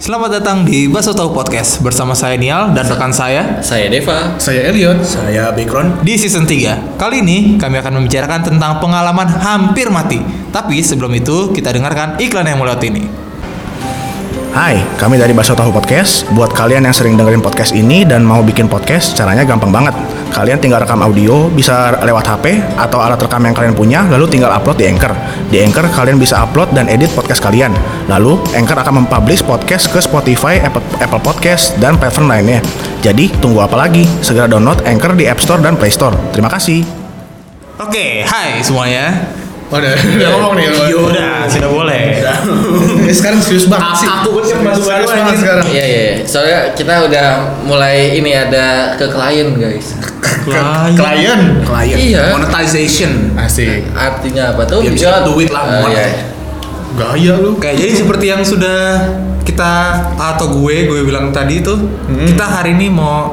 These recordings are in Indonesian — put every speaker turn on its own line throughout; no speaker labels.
Selamat datang di Baso Tahu Podcast bersama saya Nial dan rekan saya
Saya Deva.
Saya Elliot.
Saya background
di season 3. Kali ini kami akan membicarakan tentang pengalaman hampir mati. Tapi sebelum itu kita dengarkan iklan yang mulut ini.
Hai, kami dari Baso Tahu Podcast. Buat kalian yang sering dengerin podcast ini dan mau bikin podcast, caranya gampang banget. Kalian tinggal rekam audio, bisa lewat HP atau alat rekam yang kalian punya, lalu tinggal upload di Anchor. Di Anchor, kalian bisa upload dan edit podcast kalian. Lalu, Anchor akan mempublish podcast ke Spotify, Apple, Apple Podcast, dan platform lainnya. Jadi, tunggu apa lagi? Segera download Anchor di App Store dan Play Store. Terima kasih.
Oke, hai semuanya. Iya,
Udah, udah ngomong nih.
Udah, sudah boleh. Ah,
Sekarang serius banget sih.
Aku pun yang baru-baru
serius banget
anjing.
sekarang.
Iya iya. Soalnya kita udah mulai ini ada ke klien guys.
Klien.
Klien.
Klien.
Iya.
Monetization.
Asik.
Artinya apa
Iya,
tuh?
Ya, bisa
Dia-
duit lah,
Eh,
muat.
iya.
Gaya lu.
Oke, Ah, jadi seperti yang sudah kita atau gue gue bilang tadi itu, kita hari ini mau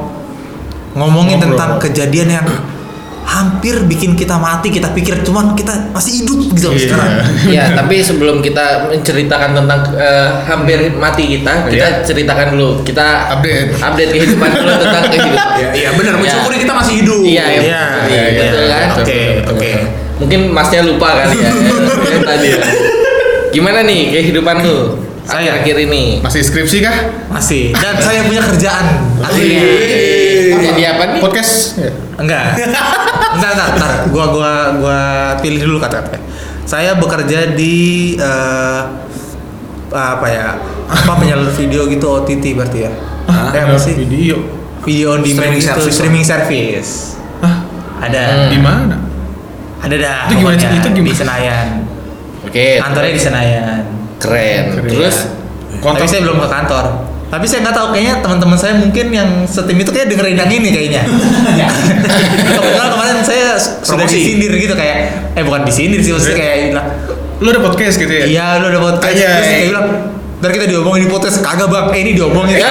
ngomongin
Ngobrol.
tentang kejadian yang hampir bikin kita mati. Kita pikir cuman kita masih hidup gitu loh
Iya.
sekarang.
Iya, tapi sebelum kita menceritakan tentang eh, hampir mati kita, kita
Iya.
ceritakan dulu. Kita
Update.
update kehidupan dulu tentang kehidupan.
Iya, iya, benar.
Iya.
Mensyukuri kita masih hidup.
Iya, iya,
Iya,
iya,
iya,
betul
iya.
kan?
Oke, oke.
Mungkin masnya lupa kali ya. Yang tadi. ya. Gimana nih kehidupan lu?
Saya.
akhir ini.
Masih skripsi kah?
Masih. Dan saya punya kerjaan. Akhirnya.
Iya.
Wih.
Apa?
Ya,
Jadi apa nih?
Podcast. Iya.
Enggak. Enggak, enggak. Entar. Gua gua gua pilih dulu kata-kata. Saya bekerja di eh, apa ya? Apa penyalur video gitu OTT berarti ya? Ada apa sih?
Video.
Video on demand
Streaming
gitu,
service.
streaming service.
Hah?
Ada.
Di mana?
Ada dah.
Itu gimana,
pokoknya.
itu gimana?
Di Senayan.
Oke.
Kantornya di Senayan.
Keren.
Keren.
Terus
Kontak-
Eh, Tapi saya belum ke kantor. Tapi saya nggak tahu kayaknya teman-teman saya mungkin yang setim itu kayak dengerin yang ini kayaknya.
Ya.
Kebetulan kemarin saya s- sudah
Promosi.
disindir gitu kayak eh bukan disindir sih maksudnya kayak bilang,
Lu ada podcast gitu ya?
iya lu udah podcast
Iya.
terus kayak bilang ntar kita diomongin di podcast kagak bang eh ini diomongin ya
Ya.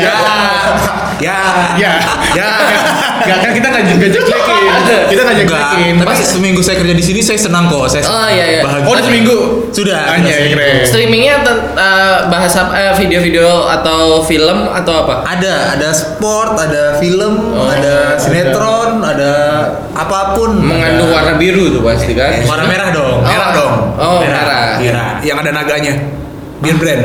ya
Ya. Ya. Gak kan kita nggak nggak jelek-jelekin. Kita nggak jelek-jelekin.
Enggak, tapi seminggu saya kerja di sini saya senang kok saya
Oh,
senang,
iya, iya.
bahagia.
Oh, udah seminggu.
Sudah,
Anjay,
sudah
keren.
streamingnya ten- eh, bahas apa? eh, video-video atau film atau apa?
ada ada sport ada film
Oh,
ada sinetron ada apapun
Mengandung
Ada-
warna biru tuh pasti kan?
warna merah dong
Oh.
Merah dong.
Oh, merah.
Iya. Yang ada naganya. Biar brand.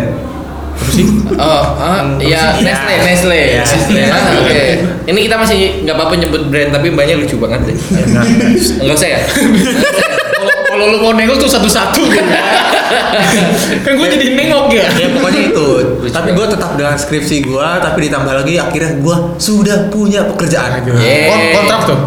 Oh, ah,
Hmm,
ya
sih?
Nestle,
Ya.
Nestle,
Ya.
Iya.
Nestle. Ah, Oke. Ini kita masih nggak apa-apa nyebut brand tapi banyak lucu banget deh. Enggak usah ya.
Kalau kalau lu mau nengok tuh satu-satu gitu. kan gue jadi nengok
Iya,
ya.
ya pokoknya itu
Lucu
tapi
banget.
gue tetap dengan skripsi gue tapi ditambah lagi akhirnya gue sudah punya pekerjaan
Yeay.
Kon- Kontrak tuh.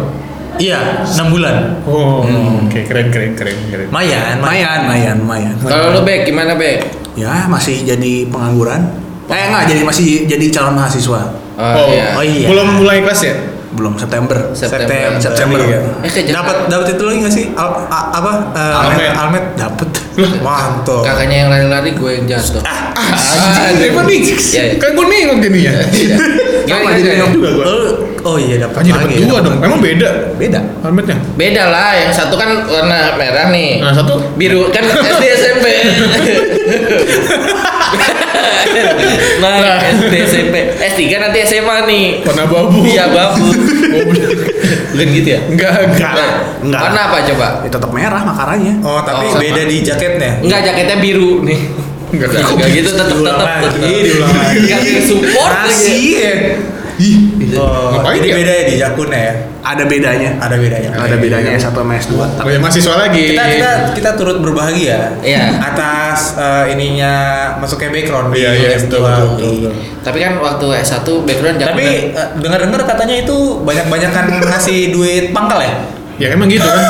iya enam bulan
Oh,
Hmm.
oke keren keren keren keren.
mayan
Mayan, mayan, mayan.
Kalau lu Bek gimana Bek?
Ya masih jadi pengangguran. Eh enggak, jadi masih jadi calon mahasiswa.
Oh, iya.
oh iya.
Belum mulai kelas ya?
Belum September.
September.
September.
September.
Iya.
Eh, ke Jakarta.
dapat dapat itu lagi nggak sih Al- a- apa eh,
Almet.
almet dapat mantap
Kakaknya yang lari-lari gue yang jatuh. Ah,
Anjir, gua nih.
Iya, iya.
Kan gue nengok
ya.
jadinya.
Gimana,
Iya,
Sama, jadi
gimana?
nengok juga gua.
Lu- oh iya dapat
Anjir dapat dua dong. Emang beda
Beda.
helmetnya?
Beda lah, yang satu kan warna merah
Eh.
nih.
Nah, satu
Biru kan SD SMP. nah, SD SMP. S3 nanti SMA nih.
warna babu.
Iya, babu.
Babu.
Bukan gitu ya?
Enggak, enggak.
Nah,
Enggak.
Warna apa coba?
Ya, tetap merah makaranya.
oh tapi
Oh, sama.
beda di jaketnya
Iya,
Enggak jaketnya biru nih.
Enggak.
Enggak enggak gitu tetap
Diulang
tetap
lagi,
tetap.
diulang
Iya,
lagi.
Enggak ada support lagi.
Masih ya oh,
Iya. Ngapain
jadi
dia?
beda ya di jakunnya ya
Ada bedanya.
ada bedanya Iya.
Ada bedanya S1 sama S2.
Banyak mahasiswa lagi.
kita kita kita turut berbahagia
Iya.
atas eh, ininya masuknya background di
Iya, iya,
S2.
betul, betul, betul, betul.
Tapi kan waktu S1 background kan. jaketnya
tapi eh, dengar-dengar katanya itu banyak-banyakan ngasih duit pangkal ya
Ya emang gitu kan.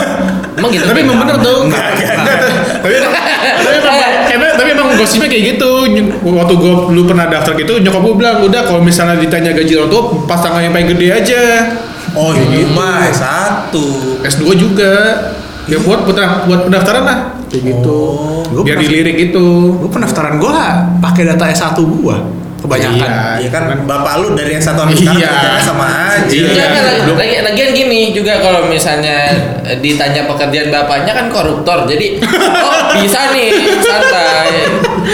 Emang gitu?
Tapi emang bener tuh.
Enggak, enggak.
Tapi emang tapi emang- emang- tapi emang gosipnya kayak gitu. Ny- Waktu gua dulu pernah daftar gitu, nyokap gua bilang udah kalau misalnya ditanya gaji orang tua, pasangan yang paling gede aja.
oh
gitu.
ini mah satu
S2 juga. Ya buat putra buat pendaftaran lah. Kayak gitu.
Oh. Gua
Biar
pernah-
dilirik gitu.
Gua pendaftaran gua pakai data S1 gua.
Iya.
Kebanyakan.
Iya kan bapak lu dari yang satu sampai
Iya.
sekarang kerjanya sama aja.
Iya.
Enggak, enggak, lagi-
Belum.
lagi, lagian gini juga kalau misalnya eh, ditanya pekerjaan bapaknya kan koruptor jadi oh bisa nih santai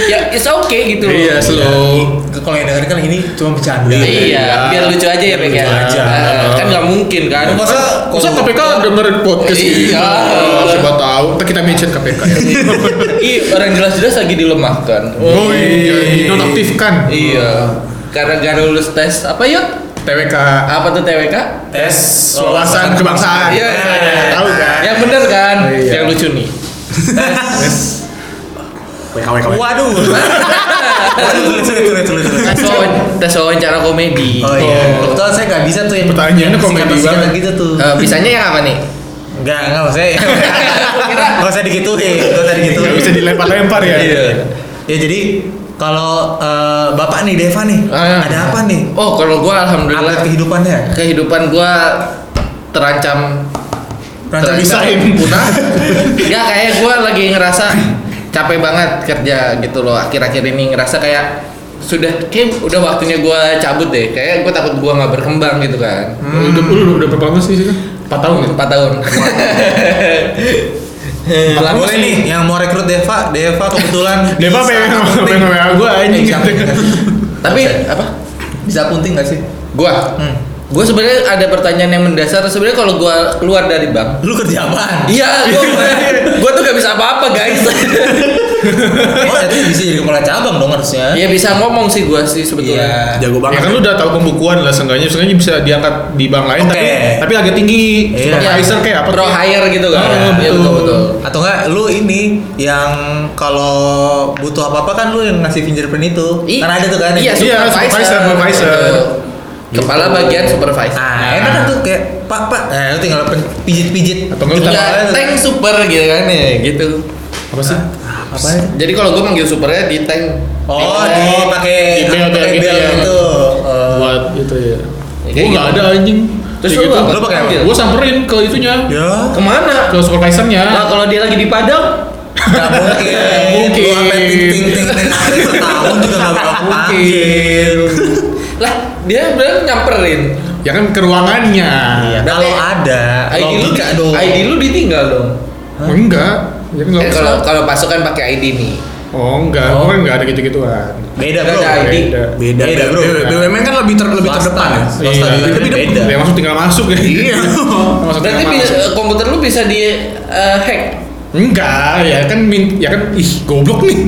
ya it's oke gitu loh.
Iya, slow.
Kalau yang dengerin kan ini cuma bercanda.
Iya, biar lucu aja ya
Biar
Pek ya.
lucu aja.
Ah, Kan nggak mungkin kan.
Masa
Masa KPK dengerin podcast ini?
Iya.
Oh, Siapa tahu. Ntar kita mention KPK ya.
Iya, orang jelas-jelas lagi dilemahkan.
Oh iya, dinonaktifkan.
Iya. Karena gak lulus tes apa yuk?
TWK.
Apa tuh TWK?
tes
Wawasan kebangsaan.
Iya.
Ah, Tahu kan?
Yang bener kan?
Iya.
Yang lucu nih.
WKWK.
Waduh. Waduh, tulis, tulis, tulis, tulis, tulis.
Tes wawan- Tes wawancara komedi.
Oh iya. Kebetulan saya nggak bisa tuh yang
Pertanyaannya komedi
singkatan-singkatan
banget.
gitu tuh.
Eh, bisanya yang apa nih?
Enggak, enggak maksudnya. Enggak usah digituin, enggak usah digituin.
Gak bisa dilempar-lempar ya.
Iya. Ya jadi kalau eh, Bapak nih Deva nih,
Ah.
ada apa nih?
Oh, kalau gua alhamdulillah
Update kehidupannya.
kehidupan gua terancam
Rancang bisa.
pisahin.
punah ya kayak gue lagi ngerasa capek banget kerja gitu loh akhir-akhir ini ngerasa kayak sudah kayak udah waktunya gue cabut deh kayak gue takut gue nggak berkembang gitu kan
Udah, udah, udah berapa lama sih? Sika?
empat tahun ya? empat tahun
Boleh nih yang mau rekrut Deva, Deva kebetulan
Deva
bisa
pengen
punting.
pengen WA gue
Eh,
anjing.
Bisa punting nggak sih?
tapi apa
Bisa punting nggak sih?
gue
Hmm.
gue sebenarnya ada pertanyaan yang mendasar sebenarnya kalau gue keluar dari bank
Lu kerja apaan?
iya gue gue tuh gak bisa apa-apa guys
Oh, itu bisa jadi kepala cabang dong harusnya. Iya.
ya bisa ngomong sih gue sih sebetulnya
Jago
Ya
banget.
kan lu udah tahu pembukuan lah seenggaknya, seenggaknya bisa diangkat di bank lain
Oke.
tapi tapi agak tinggi.
Iya.
Supervisor kayak apa?
Ya, pro
kayak-
hire gitu kan
Oh,
Iya,
betul.
betul
Atau enggak lu ini yang kalau butuh apa-apa kan lu yang ngasih fingerprint itu.
I-
Karena ada tuh kan.
Iya,
yang- Gitu.
Iya, supervisor, supervisor.
Gitu. Kepala bagian supervisor.
Nah, enak kan tuh kayak Pak, Pak. Nah, lu tinggal pen- pijit-pijit. Gitu.
Atau enggak
Kita
Iya,
bakalan-
tank super gitu kan ya, gitu.
Apa sih?
apa ya?
Jadi kalau gue manggil supernya di tank. Iya.
Oh,
Di
di
tank.
pakai
di bel- bel
pakai
gitu
bel
ya.
gitu. Eh,
Buat itu ya.
Ya, kayak
Gue nggak
gitu.
ada anjing.
Terus
Kayak
lu Iya.
gitu.
apa?
Lu pakai apa?
Panggil.
Gue samperin ke itunya,
Ya,
Kemana?
ke supervisornya.
Nah, kalau dia lagi di Padang,
nggak mungkin.
Mungkin.
Lu sampai ting-ting-ting hari setahun Nah, juga nggak bakal panggil.
lah dia bener nyamperin.
Ya kan ke ruangannya.
Iya.
Nah, Kalau ada,
ID lu
logika dong.
ID lu ditinggal dong.
Enggak. Ya kan
Eh,
nggak usah.
kalau kalau masuk kan pakai ID nih.
Oh enggak,
Oh.
gue kan enggak ada gitu-gituan.
Beda,
Nggak
bro.
ada ID.
Beda.
Beda,
Beda,
bro.
B- BUMN kan lebih ter, lebih
Swasta.
terdepan ya.
Iya,
Swasta juga
lebih
beda.
depan.
Ya masuk tinggal masuk ya.
Iya.
Masuk
Berarti
tinggal
bisa,
masuk.
komputer lu bisa di eh, hack.
Enggak, ya kan min, ya kan ih goblok nih.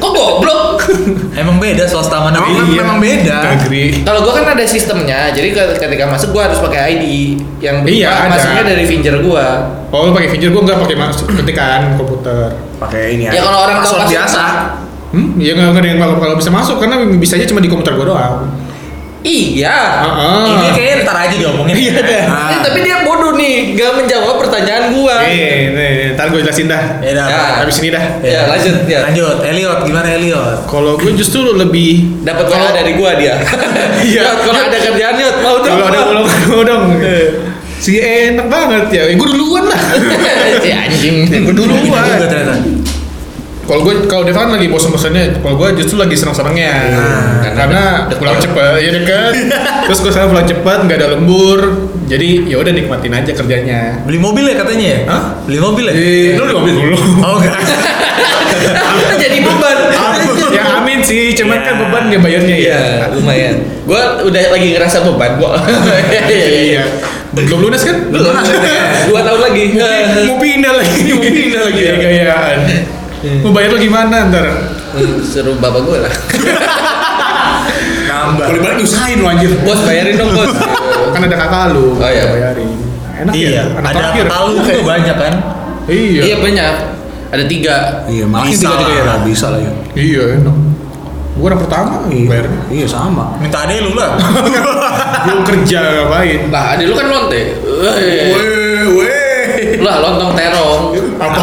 Kok goblok?
Emang beda swasta mana?
Iya.
Emang-
beda?
memang beda.
Negeri.
Kalau gua kan ada sistemnya, jadi ke- ketika masuk gua harus pakai ID yang
Iya,
ma-
ada.
masuknya dari finger gua.
Oh, lu pakai finger gua enggak pakai masuk ketikan komputer.
Pakai ini
Ya, kalau orang tahu
Password
password.
biasa.
Hmm, ya nggak nggak ada yang kalau kalau bisa masuk karena bisa aja cuma di komputer gua doang. Ah,
Iya.
Heeh.
Ini kayaknya ntar aja diomongin. Iya deh.
Eh,
Ah.
tapi dia bodoh nih, gak menjawab pertanyaan gua.
Eh, nih, ntar gua jelasin dah.
Ya udah,
Ya.
Pak. Eh,
Habis ini dah.
Ya, lanjut, ya.
Lanjut. Elliot gimana Elliot?
Kalau gua justru lebih
Dapat WA dari gua dia.
Iya.
Yot, kalau ada kerjaan yot, mau dong.
kalau ada
Mau.
ulang mau dong. Si enak banget ya. Eh, Gua duluan lah.
Si Ya, anjing.
Gua eh.
Pindah
duluan.
juga ternyata.
Kalau gue kalau Devan lagi bosan-bosannya, kalau gue justru lagi senang-senangnya.
karena
karena, pulang cepat, ya dekat. Terus gue sekarang pulang cepat, nggak ada lembur. Jadi ya udah nikmatin aja kerjanya.
Beli mobil ya katanya ya?
Hah?
Beli mobil ya?
Eh, lu udah mobil dulu.
Oh enggak.
Aku jadi beban.
ya amin sih, cuman
Ya.
kan beban dia bayarnya ya.
Iya, lumayan. Gua udah lagi ngerasa beban gua.
Iya. Belum lunas kan?
Belum. Dua tahun lagi.
Mau pindah lagi, mau pindah lagi.
Iya.
Ya, gayaan. Mau bayar lo gimana ntar?
Hmm, Suruh bapak gua lah.
Nambah.
Kalau balik usahain lo anjir.
Bos bayarin dong, bos.
Kan ada kakak lu.
Oh, iya.
Bayarin. Enak
Iya,
ya. anak
ada
terakhir.
palu juga banyak kan?
Iya.
Iya banyak. Ada tiga.
Iya, malah
Bisa
tiga juga ya.
lah.
Bisa lah ya.
Iya enak. Gue orang pertama
Iya.
bayarnya.
Iya, sama.
Minta adek lu lah.
Belum kerja ngapain?
Nah, adik lu kan lonte. Wih.
Weh, weh.
Lah, lontong terong.
Apa?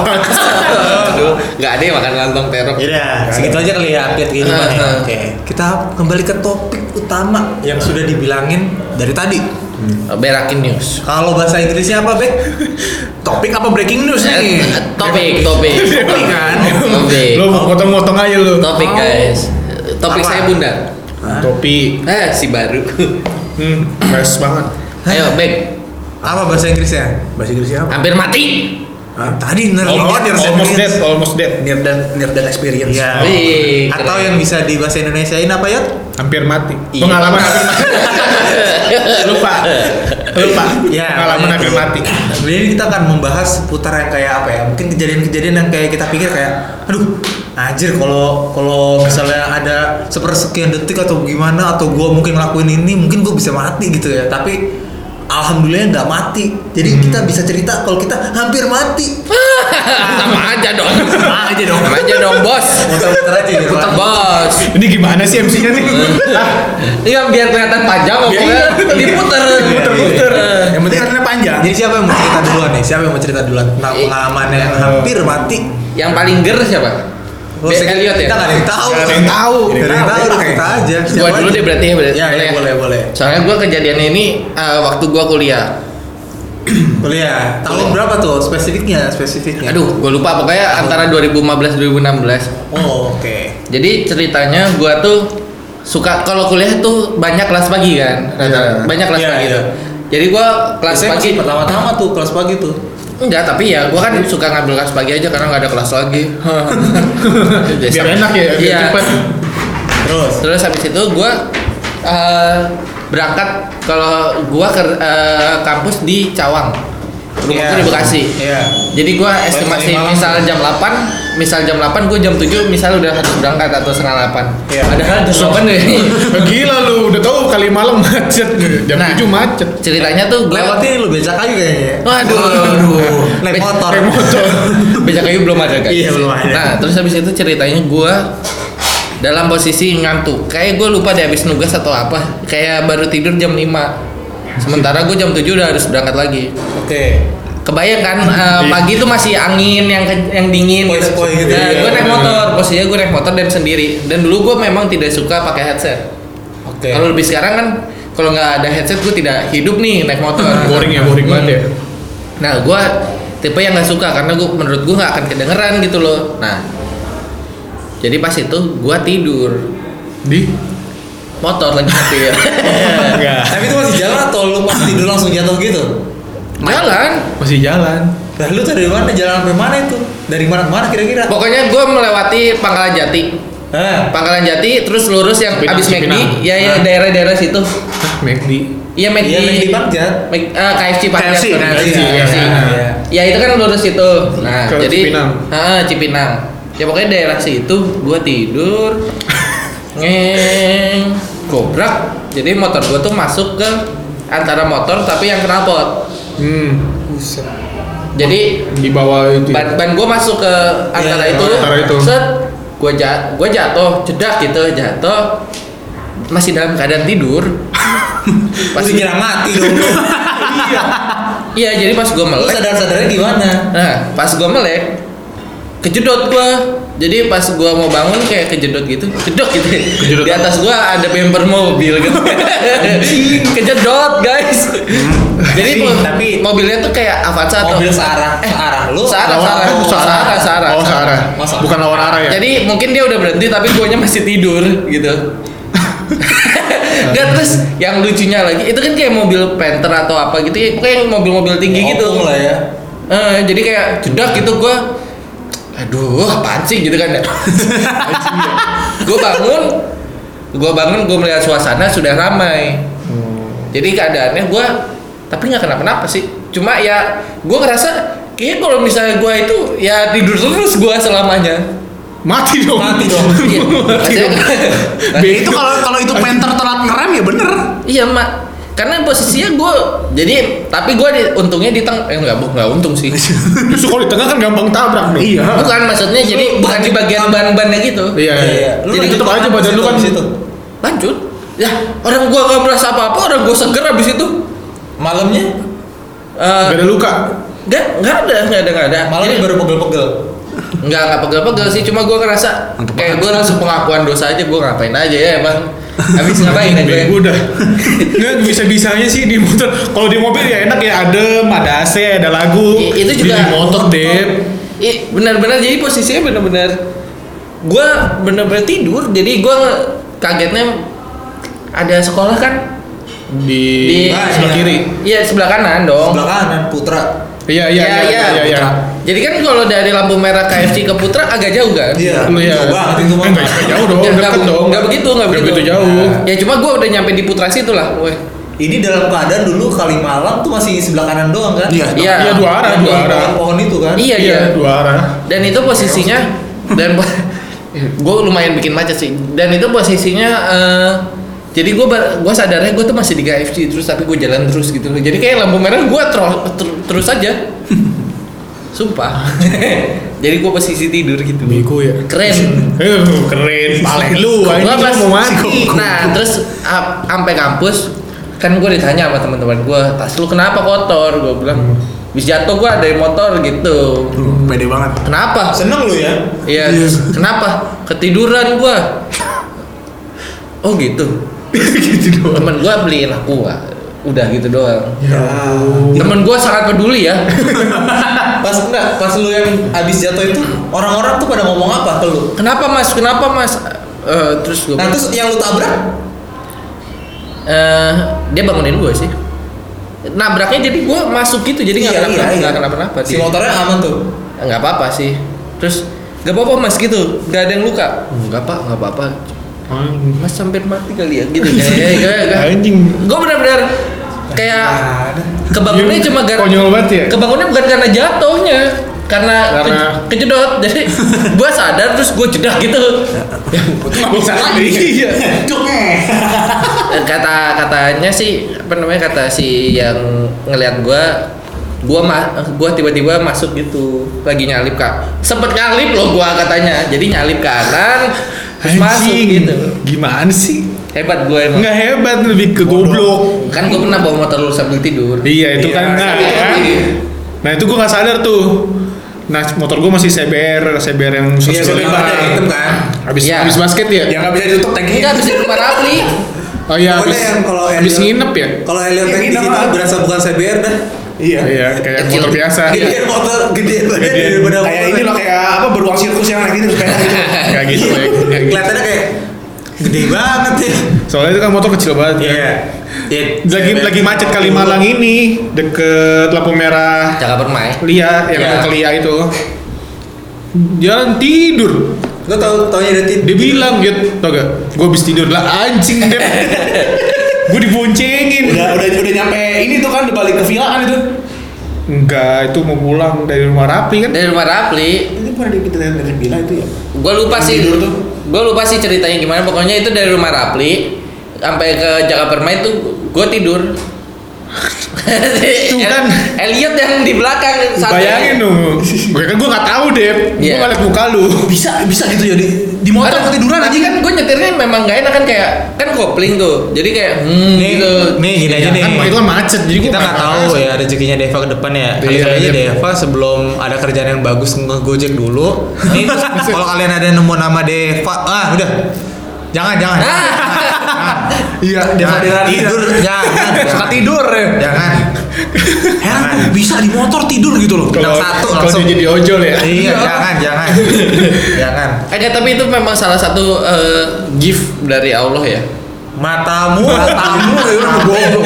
Aduh, nggak ada yang makan lontong terong.
Yaudah, Iya, segitu aja kali ya update kehidupan ya.
Ah, ah.
Oke. Kita kembali ke topik utama yang sudah dibilangin dari tadi.
Berakin news.
Kalau bahasa Inggrisnya apa, Bek?
Topik apa breaking news
Eh,
nih?
Topik, topik.
Topik kan.
Topik.
Lo mau potong-potong aja lo.
Topik, guys. Topik
Apa?
saya bundar.
Topi.
Eh, si baru.
Hmm, fresh banget.
Ayo, Bek.
Apa bahasa Inggrisnya?
Bahasa Inggrisnya apa?
Hampir mati.
Hah? Tadi Oh, near
Almost,
near dead
almost dead,
experience.
almost dead.
near death near death experience
Iya.
Wih,
Atau
keren.
yang bisa di bahasa Indonesiain apa ya?
Hampir mati.
Iya.
Pengalaman hampir mati. Lupa. Lupa.
Ya,
Pengalaman
makanya
hampir
itu.
mati.
Jadi ini kita akan membahas seputar yang kayak apa ya? Mungkin kejadian-kejadian yang kayak kita pikir kayak, aduh, anjir kalau kalau misalnya ada sepersekian detik atau gimana atau gua mungkin ngelakuin ini, mungkin gua bisa mati gitu ya. Tapi alhamdulillah nggak mati. Jadi
Hmm.
kita bisa cerita kalau kita hampir mati.
sama aja dong
Sama aja dong.
sama aja dong bos
Muter-muter aja gitu.
Tetep bos
Ini gimana sih MC-nya nih? Ah,
iya biar kelihatan panjang ngomongnya diputer
Muter-muter. Yang penting artinya panjang.
Iya, Jadi siapa yang mau cerita duluan nih? Siapa yang mau cerita duluan tentang
Eh.
pengalamannya yang hampir mati?
yang paling ger siapa
Lo
Ben
sih,
Elliot ya
Oh, Kita nggak ada yang tahu.
Nggak ada yang tahu.
Nggak ada yang tahu. udah Kita aja.
gua
Siapa
dulu
aja?
deh berarti ya berarti
Ya, ya, boleh, boleh.
soalnya gua kejadian ini eh, waktu gua kuliah
Kuliah. Tahun
Kuliah.
berapa tuh spesifiknya? Spesifiknya.
Aduh, gue lupa
Iya.
pokoknya antara 2015 2016.
Oh, oke.
Jadi ceritanya gue tuh suka kalau kuliah tuh banyak kelas pagi kan,
Iya.
rata-rata. banyak kelas
Iya,
pagi.
iya.
tuh. Jadi gue kelas
Biasanya
pagi
masih pertama-tama tuh kelas pagi tuh.
enggak tapi ya gue kan suka ngambil kelas pagi aja karena nggak ada kelas lagi.
Biar enak ya, biar
Iya.
cepat.
Terus.
Terus habis itu gue berangkat kalau gue ke eh, kampus di Cawang, rumah
Iya.
gua di Bekasi.
Iya.
Jadi gua estimasi
tadi malam.
misal jam 8, misal jam 8 gua jam 7 misal udah harus berangkat atau setengah 8.
Iya.
Padahal jam ya. 8 deh.
Gila lu, udah tahu kali malam macet nih. Jam
Nah.
7 macet.
Ceritanya tuh gua
Lewatin lu becak kayu kayaknya.
Waduh.
Naik
Be-
motor.
Naik motor.
Becak kayu belum ada guys.
Iya, belum ada.
Nah, terus habis itu ceritanya gua dalam posisi ngantuk. Kayak gua lupa deh habis nugas atau apa. Kayak baru tidur jam 5. Sementara gua jam 7 udah harus berangkat lagi.
Oke.
Kebayang kan eh, pagi itu masih angin yang ke- yang dingin
Poin-poin gitu
Nah,
ya.
gue naik motor, posisinya gue naik motor dan sendiri. Dan dulu gue memang tidak suka pakai headset.
Oke.
Kalau lebih sekarang kan kalau nggak ada headset gue tidak hidup nih naik motor.
Boring ya, boring banget ya.
Nah, gue tipe yang nggak suka karena gue menurut gue nggak akan kedengeran gitu loh. Nah, jadi pas itu gue tidur
Di?
motor lagi nyetir.
Enggak.
Tapi itu masih jalan atau lu pas tidur langsung jatuh gitu?
Jalan.
Masih jalan.
Nah, lu tuh dari mana? Jalan sampai mana itu? Dari mana ke mana kira-kira?
Pokoknya gue melewati Pangkalan Jati.
Hah?
Pangkalan Jati terus lurus yang
Cipinang,
habis McD,
Cipinang.
ya ya
Hah?
daerah-daerah situ.
Hah, McD.
Iya McD.
Iya, McD Bagja.
Mc- eh, KFC Bagja.
KFC,
sorry.
KFC,
Iya,
KFC.
iya. Ya itu kan lurus itu. Nah,
Ke
jadi
Cipinang.
Heeh, Cipinang. Ya pokoknya daerah situ gua tidur. Ngeng. Gobrak. Jadi motor gua tuh masuk ke antara motor tapi yang knalpot.
Hmm,
Jadi
di bawah itu. ya?
ban, ban gue masuk ke antara
Iya,
itu,
iya. antara itu.
set gue jat gue jatuh cedak gitu jatuh masih dalam keadaan tidur
Pas
pasti
kira mati dong. lu. Iya.
iya jadi pas gue
Lu
melek
sadar-sadarnya gimana?
nah pas gue melek kejedot gue jadi pas gue mau bangun kayak kejedot gitu jedok gitu
Kejedot
di atas gue ada bemper mobil gitu kejedot guys jadi
Hmm. Tapi-
mo-
tapi-
mobilnya tuh kayak Avanza atau
Mobil Oh, searah, searah lu.
searah, searah,
Lawan arah,
searah,
searah.
searah, searah.
Oh, searah.
Masa?
Bukan lawan arah
iya.
ya?
Jadi mungkin dia udah berhenti tapi guanya masih tidur gitu. Dan terus yang lucunya lagi itu kan kayak mobil Panther atau apa gitu ya, pokoknya yang mobil-mobil tinggi gitu.
Opung lah ya.
Eh, jadi kayak jedak gitu gua aduh apaan sih gitu kan ya. gue bangun gue bangun gue melihat suasana sudah ramai jadi keadaannya gue tapi nggak kenapa-napa sih cuma ya gue ngerasa kayak kalau misalnya gue itu ya tidur terus gue selamanya
mati dong.
Mati dong.
Iya, maksudnya-
B itu kalau kalau itu penter telat ngerem ya bener.
iya mak karena posisinya gue jadi tapi gue di, untungnya di tengah eh nggak bu nggak untung sih
Justru kalau di tengah kan gampang tabrak dong. Iya.
bukan maksudnya jadi bukan di bagian ban-bannya gitu
Iya. iya.
Lu
Jadi
lagi
tetap aja
kemana abis
badan lu
itu,
kan
abis itu.
lanjut ya orang gua gak merasa apa-apa orang gua seger abis itu
Malamnya?
Eh,
Gak ada luka.
nggak nggak ada nggak ada nggak ada
Malamnya
Jadi,
baru pegel-pegel.
nggak nggak pegel-pegel sih cuma gua ngerasa kayak gua langsung pengakuan dosa aja gua ngapain aja ya emang habis ngapain ya
Bego
gue
udah. Nggak bisa-bisanya sih di motor. Kalau di mobil ya enak ya adem, ada AC, ada lagu.
I- itu juga-
di motor dep.
Ih, benar-benar jadi posisinya benar-benar gua benar-benar tidur jadi gua nge- kagetnya ada sekolah kan
Di,
Di-
Ah,
Ah,
sebelah kiri.
iya sebelah kanan dong
Sebelah kanan Putra.
Iya,
Iya iya iya iya. iya.
Jadi kan kalau dari lampu merah KFC ke Putra agak jauh kan?
Iya,
Iya.
jauh banget itu mah.
Enggak jauh dong,
Nggak-
dekat
nggak-
dong.
nggak begitu, nggak begitu.
jauh.
Ya cuma gua udah nyampe di Putra situ lah. Weh.
Ini dalam keadaan dulu kali malam tuh masih sebelah kanan doang kan?
Iya.
Iya.
Iya dua arah, dua arah.
Pohon, pohon itu kan?
Iya, iya.
dua arah.
Dan itu posisinya dan gue lumayan bikin macet sih. Dan itu posisinya eh, jadi gue gue sadarnya gue tuh masih di KFC terus tapi gue jalan terus gitu loh. Jadi kayak lampu merah gue terus aja. Sumpah. jadi gue posisi tidur gitu.
Biku ya.
Keren.
Eh, keren, paling lu
Gua
anjing
pas
mau mati.
Nah, terus ap- sampai kampus kan gue ditanya sama teman-teman gue, "Tas lu kenapa kotor?" Gue bilang,
Hmm.
"Bis jatuh gue dari motor gitu."
Pede banget.
Kenapa?
Seneng lu ya?
Iya, terus kenapa? Ketiduran gua. Oh gitu. gitu doang. Temen gua beliin aku, udah gitu doang.
Ya.
Temen gua sangat peduli ya.
Nah, Pas enggak, pas lu yang abis jatuh itu orang-orang tuh pada ngomong apa ke lu?
Kenapa mas? Kenapa mas? Eh, terus gua
Nah
bilang,
terus yang lu tabrak?
eh, dia bangunin gua sih. Nabraknya jadi gua masuk gitu, jadi nggak kenapa nggak kenapa-napa.
Iya, Si
dia.
motornya aman tuh.
nggak apa-apa sih. Terus gak apa-apa mas gitu, gak ada yang luka. Nggak apa, nggak apa-apa. Mas sampai mati kali ya gitu. Ya, ya, ya, ya.
Anjing.
gue benar-benar kayak kebangunnya
Iya,
cuma gara
konyol banget ya.
kebangunnya bukan karena jatuhnya karena, ke-
Karena-
kejedot jadi gue sadar terus gue jedah gitu
Bisa iya.
kata katanya sih apa namanya kata si yang ngelihat gue gua ma gua tiba-tiba masuk gitu lagi nyalip kak sempet nyalip loh gua katanya jadi nyalip kanan terus masuk
Anjing.
gitu
Gimana sih?
hebat gue emang
Enggak hebat lebih ke goblok.
kan gue pernah bawa motor lu sambil tidur
Iya, itu
Iya,
kan nah,
sampai
kan?
mati.
Nah, itu gua nggak sadar tuh. Nah, motor gua masih CBR, CBR yang
Iya,
sosial.
sampai pada hitam kan.
Habis
Iya.
habis basket ya?
Yang nggak bisa ditutup tanknya.
Enggak bisa ke rumah Rafli.
Oh iya,
Pokoknya
habis
yang kalau
habis
Elliot-
nginep ya?
Kalau Elliot
Iya,
tank
gini
digital
doang.
berasa bukan CBR dah.
Iya.
Iya, kayak
Kecil.
motor biasa.
Gede motor gede banget
iya.
ya,
Gede.
daripada
Kayak
motor.
Nah,
Iya.
ini loh kayak apa beruang sirkus yang kayak gini terus kayak gitu.
Kayak gitu, kayak kayak gitu.
Kelihatannya kayak gede banget ya.
Soalnya itu kan motor kecil banget. ya.
Iya.
Lagi lagi macet kali Malang ini deket lampu merah
Jaga bermain.
Lia yang
Iya.
ke Lia itu. Jalan tidur.
Lo tau taunya dari
Dia bilang, "Git, tau gak? Gua habis tidur lah anjing deh." Gua diboncengin.
Udah udah udah nyampe ini tuh kan udah balik ke villaan itu.
Enggak, itu mau pulang dari rumah Rapi kan.
Dari rumah Rafli,
Itu pernah di kita dari villa itu ya.
gua lupa sih.
Tidur tuh.
Gua lupa sih ceritanya gimana. Pokoknya itu dari rumah Rafli sampai ke Jaga bermain tuh gua tidur.
Tuh kan.
Elliot yang di belakang satu.
Bayangin dong. Gue kan gue gak tahu, Dep. Gue
Iya.
gak liat muka lu.
Bisa bisa gitu ya di di motor
Aduh,
ketiduran
tapi
aja kan.
kan gue nyetirnya memang gak enak kan kayak kan kopling tuh jadi kayak hmm
Nih,
gitu
nih gini aja
Kan
nih.
itu kan macet, jadi gue
Iya, kita nggak tahu ya rezekinya Deva ke depan ya kali
Iya,
aja
iya.
Deva sebelum ada kerjaan yang bagus ngegojek dulu ini terus kalau kalian ada yang nemu nama Deva ah udah jangan jangan
Ah, Iya,
Deva
jangan.
Deva tidur jangan
Suka tidur ya.
jangan
Heran kok bisa di motor tidur gitu loh.
Yang
Kalau
satu
kalau
langsung.
dia jadi ojol ya.
iya jangan jangan jangan
Eh, tapi itu memang salah satu eh, gift dari Allah ya
matamu matamu ya udah goblok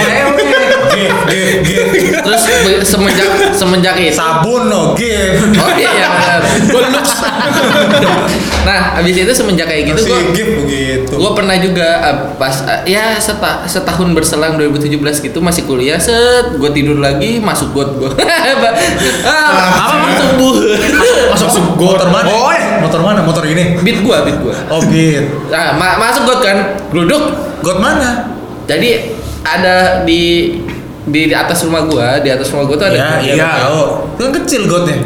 Gif, gif, gif.
terus be- semenjak semenjak itu
sabun no give
Oh iya, iya benar. nah, habis itu semenjak kayak gitu
si
gua
give begitu
gua pernah juga eh, pas eh, ya seta- setahun berselang 2017 gitu masih kuliah set gua tidur lagi masuk got gua. ah, apa masuk bu?
masuk motor mana
Boy.
motor mana motor gini
Beat gua, beat gua.
oh git
Nah, ma- masuk got kan. Gluduk.
God mana?
Jadi ada di di di atas rumah gua, di atas rumah gua tuh ada
Ya,
got.
iya, tahu. Itu kan kecil godnya.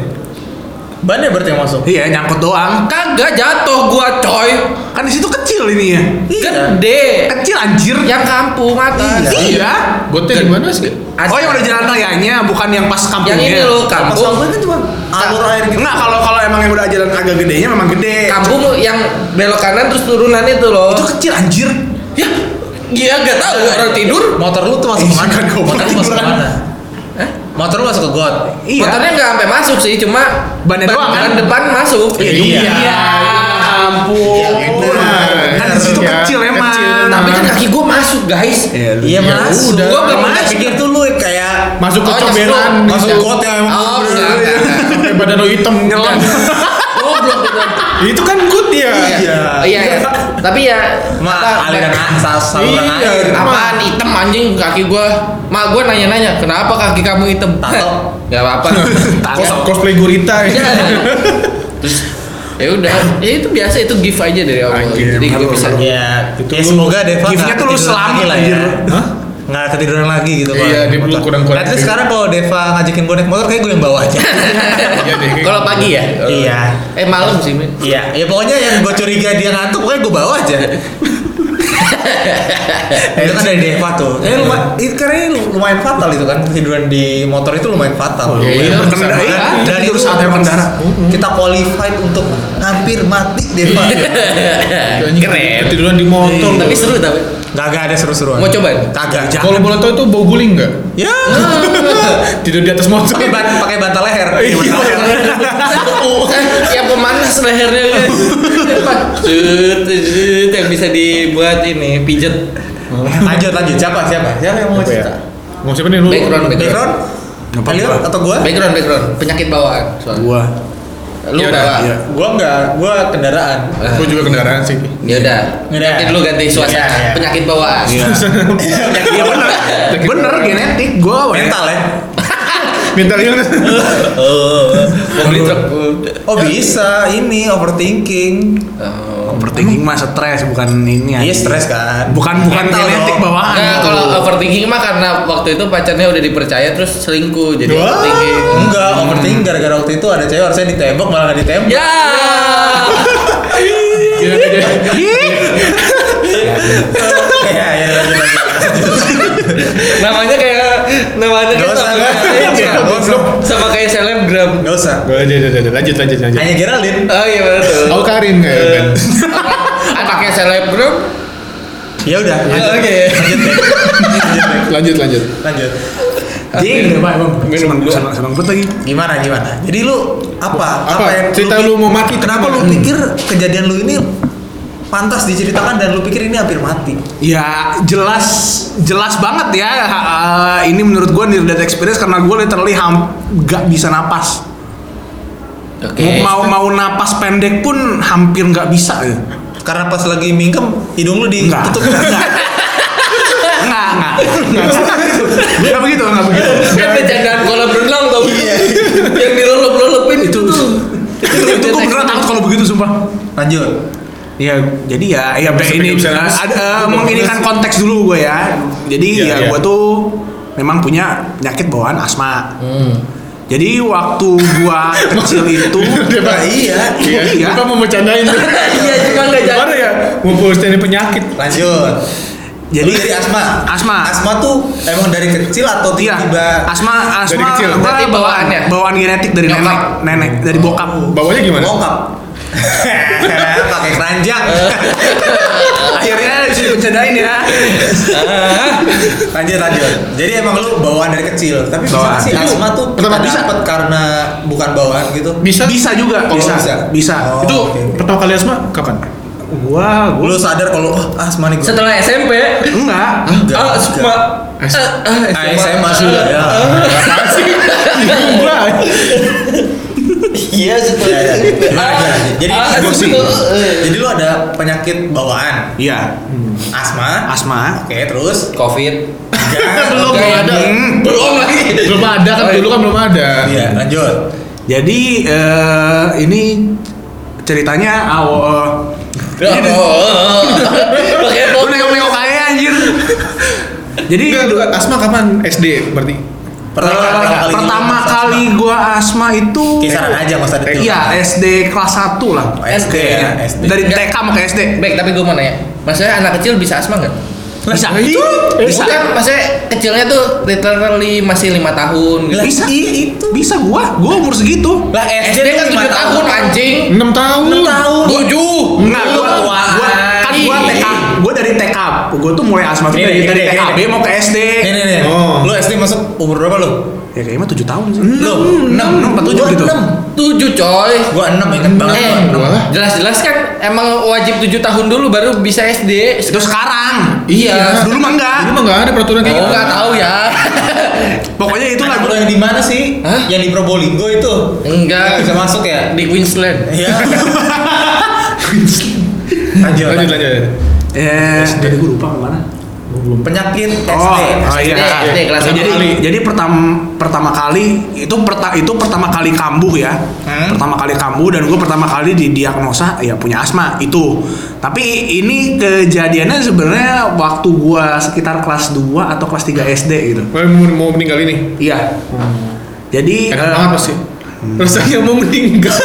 Bannya berarti yang masuk.
Iya, nyangkut doang.
Kagak jatuh gua, coy.
Kan di situ kecil ini ya.
Iya.
Gede.
Kecil anjir.
Yang kampung atas.
Iya.
Gotnya di mana sih?
Ada.
Oh yang udah jalan rayanya, bukan yang pas kampungnya.
Yang ini loh, kampung.
Kampung kan cuma alur air gitu.
Enggak, kalau kalau emang yang udah jalan agak gedenya memang gede.
Kampung yang belok kanan terus turunan itu loh.
Itu kecil anjir.
Ya, dia gak tahu
Iya.
orang tidur.
Motor lu tuh masuk
Ih,
kemana?
kan gua
Motor lu masuk
tiduran.
kemana? Eh? Motor lu masuk ke god.
Iya.
Motornya nggak sampai masuk sih, cuma
Bannya
ban,
doang, kan?
ban depan masuk.
Iya,
Iya.
Iya.
Ya ampun. Kan di situ
Iya,
kecil emang.
kecil emang.
Tapi kan kaki gua masuk, guys.
Iya
Ya
masuk.
udah.
Gua belum
Masuk.
pikir tuh lu kayak
Masuk ke gitu.
Oh,
comberan.
nyesel.
masuk
Iya.
god yang emang.
Oh, enggak, enggak, enggak.
badan lo hitam
Nyelam. Goblok gitu.
itu kan good ya
Iya.
Oh, Iya. iya. Tapi ya apa-
Mah aliran a- sa- saluran
Iya,
air.
apa?
apaan hitam anjing kaki gua. Ma gua nanya-nanya, "Kenapa kaki kamu hitam?"
Tato.
Gak apa-apa.
Cos cosplay gurita
iya.
ya.
Terus ya udah, ya itu biasa itu gift aja dari awal.
Anjir,
Jadi gua
malu,
bisa
malu.
Ya,
Itu
ya
lu-
semoga Deva
gift-nya
nggak
tuh lu
ketiduran
selamat,
lagi lah
anjir.
ya.
Hah?
Nggak ketiduran lagi gitu
Iya,
kalau
dia
naik
belum
motor.
kurang-kurang.
Berarti sekarang kalau Deva ngajakin gue naik motor kayak gue yang bawa aja.
Iya deh, kayak-
Kalau pagi ya?
Iya.
Eh malam sih, Min.
Iya, ya pokoknya yang gue curiga dia ngantuk pokoknya gue bawa aja. itu kan dari Deva tuh. Eh, lumayan, itu karena ini lumayan fatal itu kan ketiduran di motor itu lumayan fatal.
iya, iya,
Dan-
berkendara, iya.
Dan itu
Tidur saat yang berkendara.
Kita qualified untuk hampir mati Deva.
Keren.
Tiduran di motor.
Tapi seru tapi.
Kagak ada seru-seruan.
Mau coba?
Kagak.
Kalau boleh tahu itu bau guling nggak?
Ya.
Tidur di atas motor.
Pakai ban pakai bantal leher.
Iya.
Bantal leher.
yang Ya, pemanas lehernya kan. Cut, cut, yang bisa dibuat ini pijet
Lanjut lanjut siapa siapa? Siapa yang mau
Apa ya?
cerita?
Mau siapa nih lu?
background background
Background?
Gampang
Elio
gua.
atau gua?
background background penyakit bawaan soalnya
Gua
lu
Yaudah,
bawa
iya.
Gua enggak, gua kendaraan.
Gue juga kendaraan sih.
ya udah Ya,
Yaudah.
ganti dulu ganti suasana
Iya, iya.
penyakit bawaan
Iya bener Bener genetik gua
Oh,
Mental ya.
Minta illness.
mau beli truk
Oh bisa, ini overthinking.
ya.
Oh.
Overthinking mah stres bukan ini
Iya
anjing.
stres kan.
Bukan bukan
Mental
genetik
dong.
bawaan
Nah, kalau overthinking mah karena waktu itu pacarnya udah dipercaya terus selingkuh jadi
Wah,
overthinking.
Enggak, overthinking gara-gara waktu itu ada cewek harusnya ditembak malah nggak ditembak.
Ya.
Iya, iya.
Iya, iya, lanjut, lanjut.
namanya kayak namanya
Nggak
kayak
usah,
sama,
nggak
iya.
usah, nggak usah.
sama kayak selebgram.
Nggak usah.
Gua aja, aja, aja. Lanjut, lanjut, lanjut.
Hanya Geraldine.
Oh iya benar tuh.
Oh Karin kayak
Anaknya selebgram.
Ya udah, lanjut.
Oke.
Lanjut, lanjut.
Lanjut.
Jing Iya, Pak Bang
Minum
Senang-
dulu.
Senang senang banget lagi
Gimana gimana? Jadi lu apa?
Apa? Cerita
pi-
lu mau mati,
Kenapa lu pikir kejadian lu ini pantas diceritakan dan lu pikir ini hampir mati?
Ya jelas jelas banget ya eh, ini menurut gua near death experience karena gua literally ham gak bisa napas.
Oke.
Mau mau napas pendek pun hampir nggak bisa. Ya.
Karena pas lagi mingkem hidung lu
Enggak.
ditutup.
Enggak. Enggak, enggak. Enggak begitu, enggak begitu.
Kan bercandaan kolam renang tau Yang dilolop-lolopin itu tuh
Itu, itu gue beneran takut kalau begitu sumpah.
Lanjut.
Ya, jadi ya, ya
Bisa
ini
bikin
ada
observasi.
eh, menginikan konteks dulu gue ya. Jadi
Iya,
ya,
iya.
gue tuh memang punya penyakit bawaan asma. Jadi waktu gua kecil itu,
Dia Pak.
iya.
Iya,
Iya.
Bapak mau bercandain tuh.
Iya cuma gak
Gimana
jadi
ya? Mau posting penyakit.
Lanjut.
jadi
Lu dari asma.
Asma.
"Ah."
Asma tuh emang dari kecil atau
Iya,
tiba-tiba
asma, asma,
Dari kecil. Oh.
gua
Berarti bawaannya?
bawaan genetik dari
Nyokap.
nenek, nenek dari bokap.
Bawanya gimana?
bokap? Pakai keranjang.
Akhirnya bisa dipencadain ya.
lanjut lanjut. Jadi emang lu bawaan dari kecil, tapi
Bawaan.
bisa sih
Itu
asma tuh
pertama
kita
bisa.
dapet karena bukan bawaan gitu.
Bisa?
Bisa juga,
Oh,
bisa,
bisa.
bisa.
Oh,
Itu
oke.
Pertama kali asma kapan?
gua, gua
Lu sadar kalau oh, asma nih gua.
Setelah SMP
enggak.
Enggak,
Ah,
enggak.
cuma
S-
ah, ah,
Ah, SMA sudah. Ya.
Gua.
Iya setelah
Ya, ya. Gimana,
Ah,
gimana? Jadi
ah,
gosip.
itu, eh.
Jadi lu ada penyakit bawaan,
Iya,
asma.
asma.
Oke, terus
Covid
belum
Belum ada
Hmm.
Belum lagi
Belum ada kan dulu kan belum ada.
Iya, lanjut.
Jadi eh, ini ceritanya ah, awal
Oh. Pakai
Lu
foto.
nengok-nengok kaya anjir. Jadi
Enggak, lu asma kapan SD berarti?
Pertama
eh,
kali, kali
pertama
dulu,
kali gua asma itu
kisaran aja masa detil.
Iya, SD kelas 1 lah.
SD ya,
Kayaknya.
SD.
Dari
Enggak.
TK mau ke SD.
Baik tapi gue mau nanya Maksudnya anak kecil bisa asma gak?
Bisa.
Bisa
Eh,
Bisa.
kan maksudnya kecilnya tuh literally masih lima tahun gitu.
Lah,
Bisa.
i- itu.
Bisa gua, gua umur segitu.
Lah
SD kan
lima
7 tahun anjing.
6 tahun.
Enam tahun.
Tujuh.
Enggak, gua, gua,
Tuaan.
kan gua TK, gua dari TK, gue tuh mulai asma tuh
Nih,
dari
nih,
dari
nih, nih,
TAB
nih.
mau ke SD.
Nih nih nih.
Oh.
Lu SD masuk umur berapa lu?
Ya kayaknya mah 7 tahun sih.
Lu 6
tujuh gitu.
6.
Tujuh coy.
Gua 6 inget banget
Eh,
gua enam.
jelas-jelas kan emang wajib tujuh tahun dulu baru bisa SD.
Itu sekarang.
Iya.
Dulu mah enggak.
Dulu mah nggak ada peraturan kayak
Oh,
gitu.
nggak tahu ya.
Pokoknya itu
Anak
lagu
lu yang di mana sih?
Hah?
Yang di Probolinggo itu.
Iya.
Nggak
Enggak.
bisa masuk ya?
Di Queensland.
Iya. Lanjut.
Lanjut
lanjut.
lanjut.
Eh, jadi gue lupa kemana.
Penyakit SD.
oh iya.
SD, SD, kelas
jadi
satu kali.
jadi pertama pertama kali itu perta, itu pertama kali kambuh ya.
Hmm.
Pertama kali kambuh dan gue pertama kali didiagnosa ya punya asma itu. Tapi ini kejadiannya sebenarnya waktu gue sekitar kelas 2 atau kelas 3 SD gitu.
Gue mau, mau meninggal ini.
Iya. Jadi
Enak
eh,
banget pasti. Rasanya mau meninggal.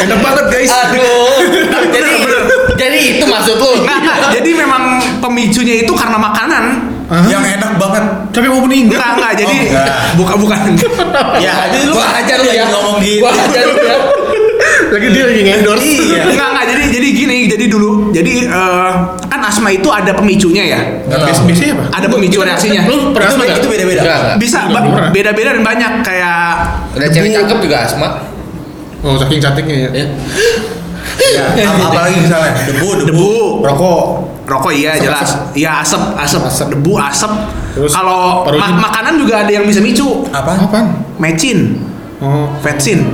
Enak banget guys.
Aduh. jadi jadi itu maksud lu.
Nah, nah, jadi memang pemicunya itu karena makanan.
Hah?
Yang enak banget.
Tapi mau meninggal.
Enggak, enggak. Jadi
Oh, enggak.
bukan bukan.
Ya, jadi lu
Gua hajar lu ya.
ngomong gitu.
Gua hajar lu ya.
Lagi dia lagi endorse.
Iya.
Enggak, enggak. Jadi jadi gini, jadi dulu. Jadi eh, kan asma itu ada pemicunya ya.
Nggak tahu.
Biasanya apa?
Ada pemicu reaksinya.
Lu pernah
Itu,
asma nggak?
itu beda-beda.
Enggak, enggak.
Bisa
Belum
ba-
pernah.
beda-beda dan banyak kayak
Ada cewek
debu.
cakep juga asma.
Oh saking cantiknya ya.
Ya.
Ya, ap- apalagi misalnya debu, debu,
Debu.
rokok.
Rokok iya jelas. Iya asap, asap, debu, asap.
Terus
Kalau
parodi.
ma- makanan juga ada yang bisa micu.
Apa?
Apaan?
Mecin,
Oh.
vetsin,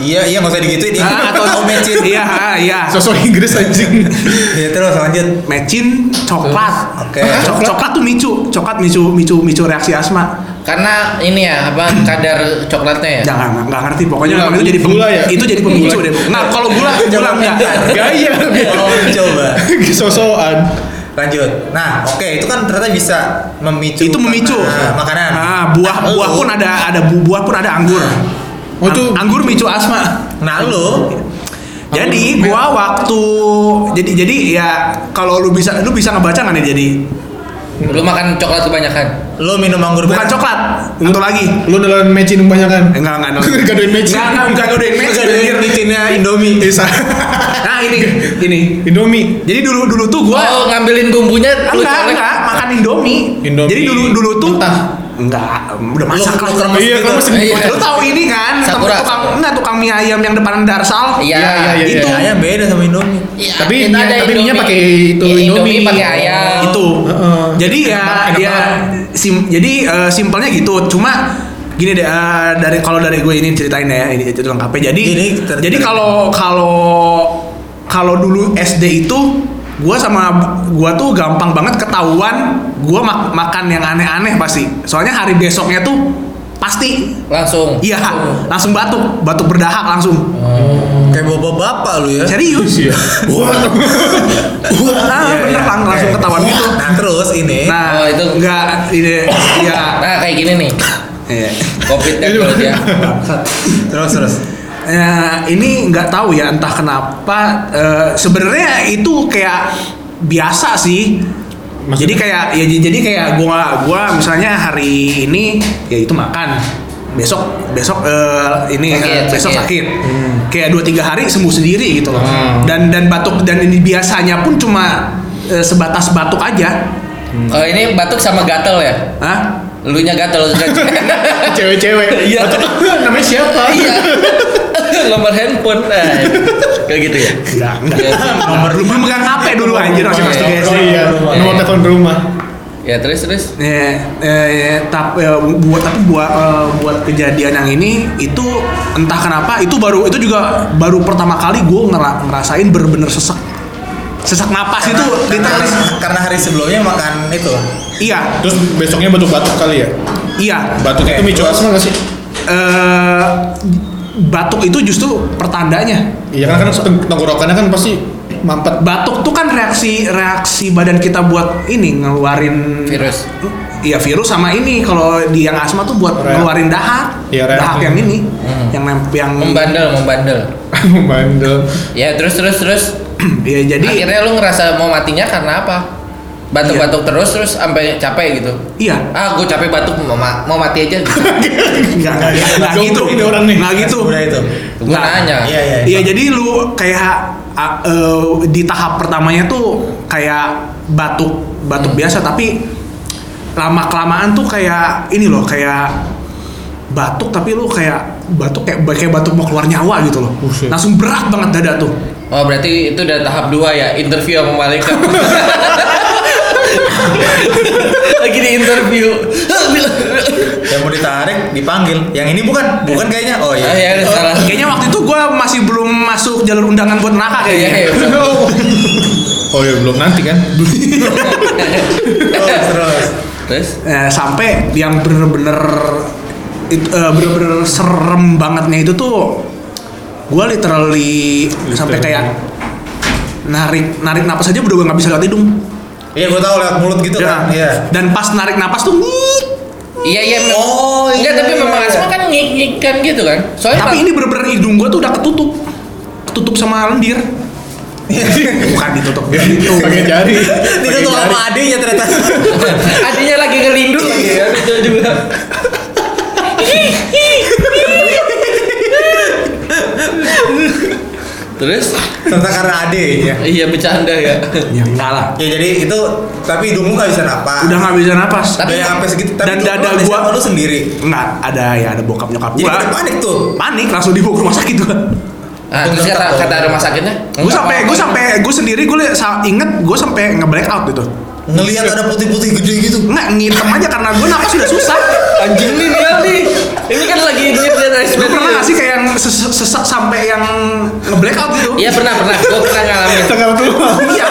Iya, iya nggak usah digituin. Iya.
Ah, atau
atau mecin.
Iya, ah, iya.
Sosok Inggris anjing.
Ya, terus lanjut.
Mecin, coklat.
Oke.
Hah? Cok- coklat tuh micu, coklat micu micu micu reaksi asma.
Karena ini ya apa kadar coklatnya ya.
Jangan nggak ngerti pokoknya
Gula,
memang itu jadi pem-
gula ya?
Itu jadi pemicu
Gula.
deh. Nah, kalau gula gula
Coba
enggak.
Gaya.
iya,
Oh, coba.
Sosokan.
Lanjut. Nah, oke, itu kan ternyata bisa memicu
Itu memicu.
karena makanan.
Ah, buah
Nah,
buah
lu-
pun ada ada bu- buah pun ada anggur.
Oh, itu-
Ang- anggur micu asma.
Nah, lu
Jadi gua waktu jadi jadi ya kalau lu bisa lu bisa ngebaca nggak nih jadi
Ya.
Lu makan coklat kebanyakan.
lu minum anggur
bukan
merah.
coklat satu lagi Eh,
Lu nelan kan? mecin kebanyakan.
enggak enggak enggak
Gadoin mecin.
enggak enggak enggak gadoin mecin
Mecin micinnya ya, Indomie.
Bisa.
nah ini ini
Indomie.
jadi dulu dulu tuh gua
Oh, ngambilin bumbunya lu
enggak
colek.
enggak makan indomie.
Indomie.
jadi dulu dulu tuh
Mentah.
enggak udah
Lu
masak lah
lu kremes
Iya,
gitu.
kremes
sendiri.
Iya.
lu tahu ini kan temen
Sakura.
tukang enggak tukang mie ayam yang depan darsal
Iya,
Iya, iya,
Itu
iya.
ayam beda sama Indomie.
Iya,
Tapi
kita
mie-
ada
tapi mie-nya
Indomie.
pakai itu,
Iya,
Indomie.
pakai ayam.
itu
Heeh.
jadi ya
Enak, enak
ya sim- jadi eh, simpelnya gitu cuma gini deh eh, dari kalau dari gue ini ceritain ya ini itu lengkapnya jadi
Jadi, ter-
jadi
ter-
kalau kalau kalau dulu SD itu gue sama gue tuh gampang banget ketahuan gue mak- makan yang aneh-aneh pasti soalnya hari besoknya tuh pasti
Langsung.
iya
Langsung.
langsung batuk batuk berdahak langsung
Kayak bapak bapak lu ya.
serius
Iya.
Ah,
Iya,
bener,
iya.
lang- langsung
Oke.
ketahuan gitu.
Nah, terus ini.
nah
Oh, itu.
nggak ini ya
Nah, kayak gini nih.
Iya.
Covid kan
Ini
dulu
mah-
dia.
terus terus.
Ya, ini nggak tahu ya entah kenapa eh, sebenarnya itu kayak biasa sih.
Maksudnya?
Jadi kayak ya j- jadi kayak gua gua misalnya hari ini ya itu makan besok besok eh, ini
Sakit,
eh, besok
sakit.
sakit kayak dua tiga hari sembuh sendiri gitu loh
Hmm.
dan dan batuk dan ini biasanya pun cuma eh, sebatas batuk aja
Kalau ini batuk sama gatel ya.
Hah?
Elunya gatel.
Cewek-cewek.
Iya.
Namanya siapa?
Iya. Nomor handphone. Nah, kayak gitu ya.
Enggak, enggak. Nomor lu megang HP dulu anjir
Iya,
masih kelas
Oh
tiga SD.
iya. Nomor telepon rumah.
Ya terus terus.
Ya, eh, tapi eh, buat tapi buat eh, buat kejadian yang ini itu entah kenapa itu baru itu juga baru pertama kali gue ngerasain bener-bener sesek sesak napas itu
karena,
literally.
hari, karena hari sebelumnya makan itu.
iya
Terus besoknya batuk-batuk kali ya.
iya
Batuk ya?
Oke.
itu micu asma nggak sih?
Eh, batuk itu justru pertandanya
Iya kan kan teng- tenggorokannya kan pasti mampet.
batuk tuh kan reaksi reaksi badan kita buat ini ngeluarin
Virus.
Iya virus sama ini kalau di yang asma tuh buat
Reak.
ngeluarin dahak,
Iya, reak.
dahak yang ini, yang nem- yang
Membandel, membandel.
Bandel.
Ya terus terus terus.
ya jadi
Akhirnya lu ngerasa mau matinya karena apa?
Iya.
Batuk-batuk terus terus sampai capek gitu.
iya
Ah, gue capek batuk mau, ma- mau mati aja. Gitu.
nggak nggak nggak
Nah,
nggak
Jomblo Nah, iya.
Iya, gitu
ini orang nih. Nah,
nggak gitu
Udah itu.
Gue nanya.
Iya iya.
e, iya jadi lu kayak ah, eh, di tahap pertamanya tuh kayak batuk batuk biasa tapi lama kelamaan tuh kayak ini loh kayak batuk tapi lu kayak batuk kayak kayak batuk mau keluar nyawa gitu loh
Buset.
langsung berat banget dada tuh
Oh berarti itu udah tahap 2 ya interview sama malaikat. Lagi di interview.
yang mau ditarik dipanggil yang ini bukan bukan kayaknya oh
Ah,
iya
ya salah.
kayaknya waktu itu gua masih belum masuk jalur undangan buat
Iya,
neraka kayaknya
iya, bener.
Oh ya belum nanti kan?
terus Oh, iya, terus
Terus?
Eh, sampai yang bener-bener itu eh, bener-bener serem bangetnya itu tuh gue literally sampai kayak narik narik napas aja udah gue nggak bisa lewat hidung
iya gue tahu lewat mulut gitu kan
Ya.
iya
dan pas narik napas tuh ngik.
Iya iya. memang.
Oh, iya,
Enggak, tapi
iya,
memang
iya.
asma kan ngik kan gitu kan. Soalnya
tapi ini bener-bener hidung gue tuh udah ketutup ketutup sama lendir bukan ditutup
Ya,
gitu
Pakai jari.
itu tuh sama adiknya ternyata
adanya lagi ngelindung lagi
Iya,
kan itu juga. Terus?
ternyata karena adiknya
Iya bercanda ya.
ya enggak lah
ya jadi itu tapi hidungmu nggak bisa napas
udah nggak bisa napas
tapi yang sampai segitu tapi
dan
itu lu
dada
ada
gua
siapa? lu sendiri
nggak ada ya ada bokap nyokap
jadi
gua
pada panik tuh
panik langsung dibawa ke rumah sakit gua
Ah, terus kata, kata rumah sakitnya?
gue sampai gue sampai gue sendiri gue inget gue sampai nge black out gitu
ngelihat ada putih-putih gede gitu
nggak ngitem aja karena gue napas sudah susah
Anjing nih dia nih. Ini kan lagi nyeritain
gue
eksperimen.
pernah gak sih kayak yang ses- sesak sampai yang nge black out gitu
Iya pernah pernah. Gue pernah ngalamin.
Tengah tuh.
Iya.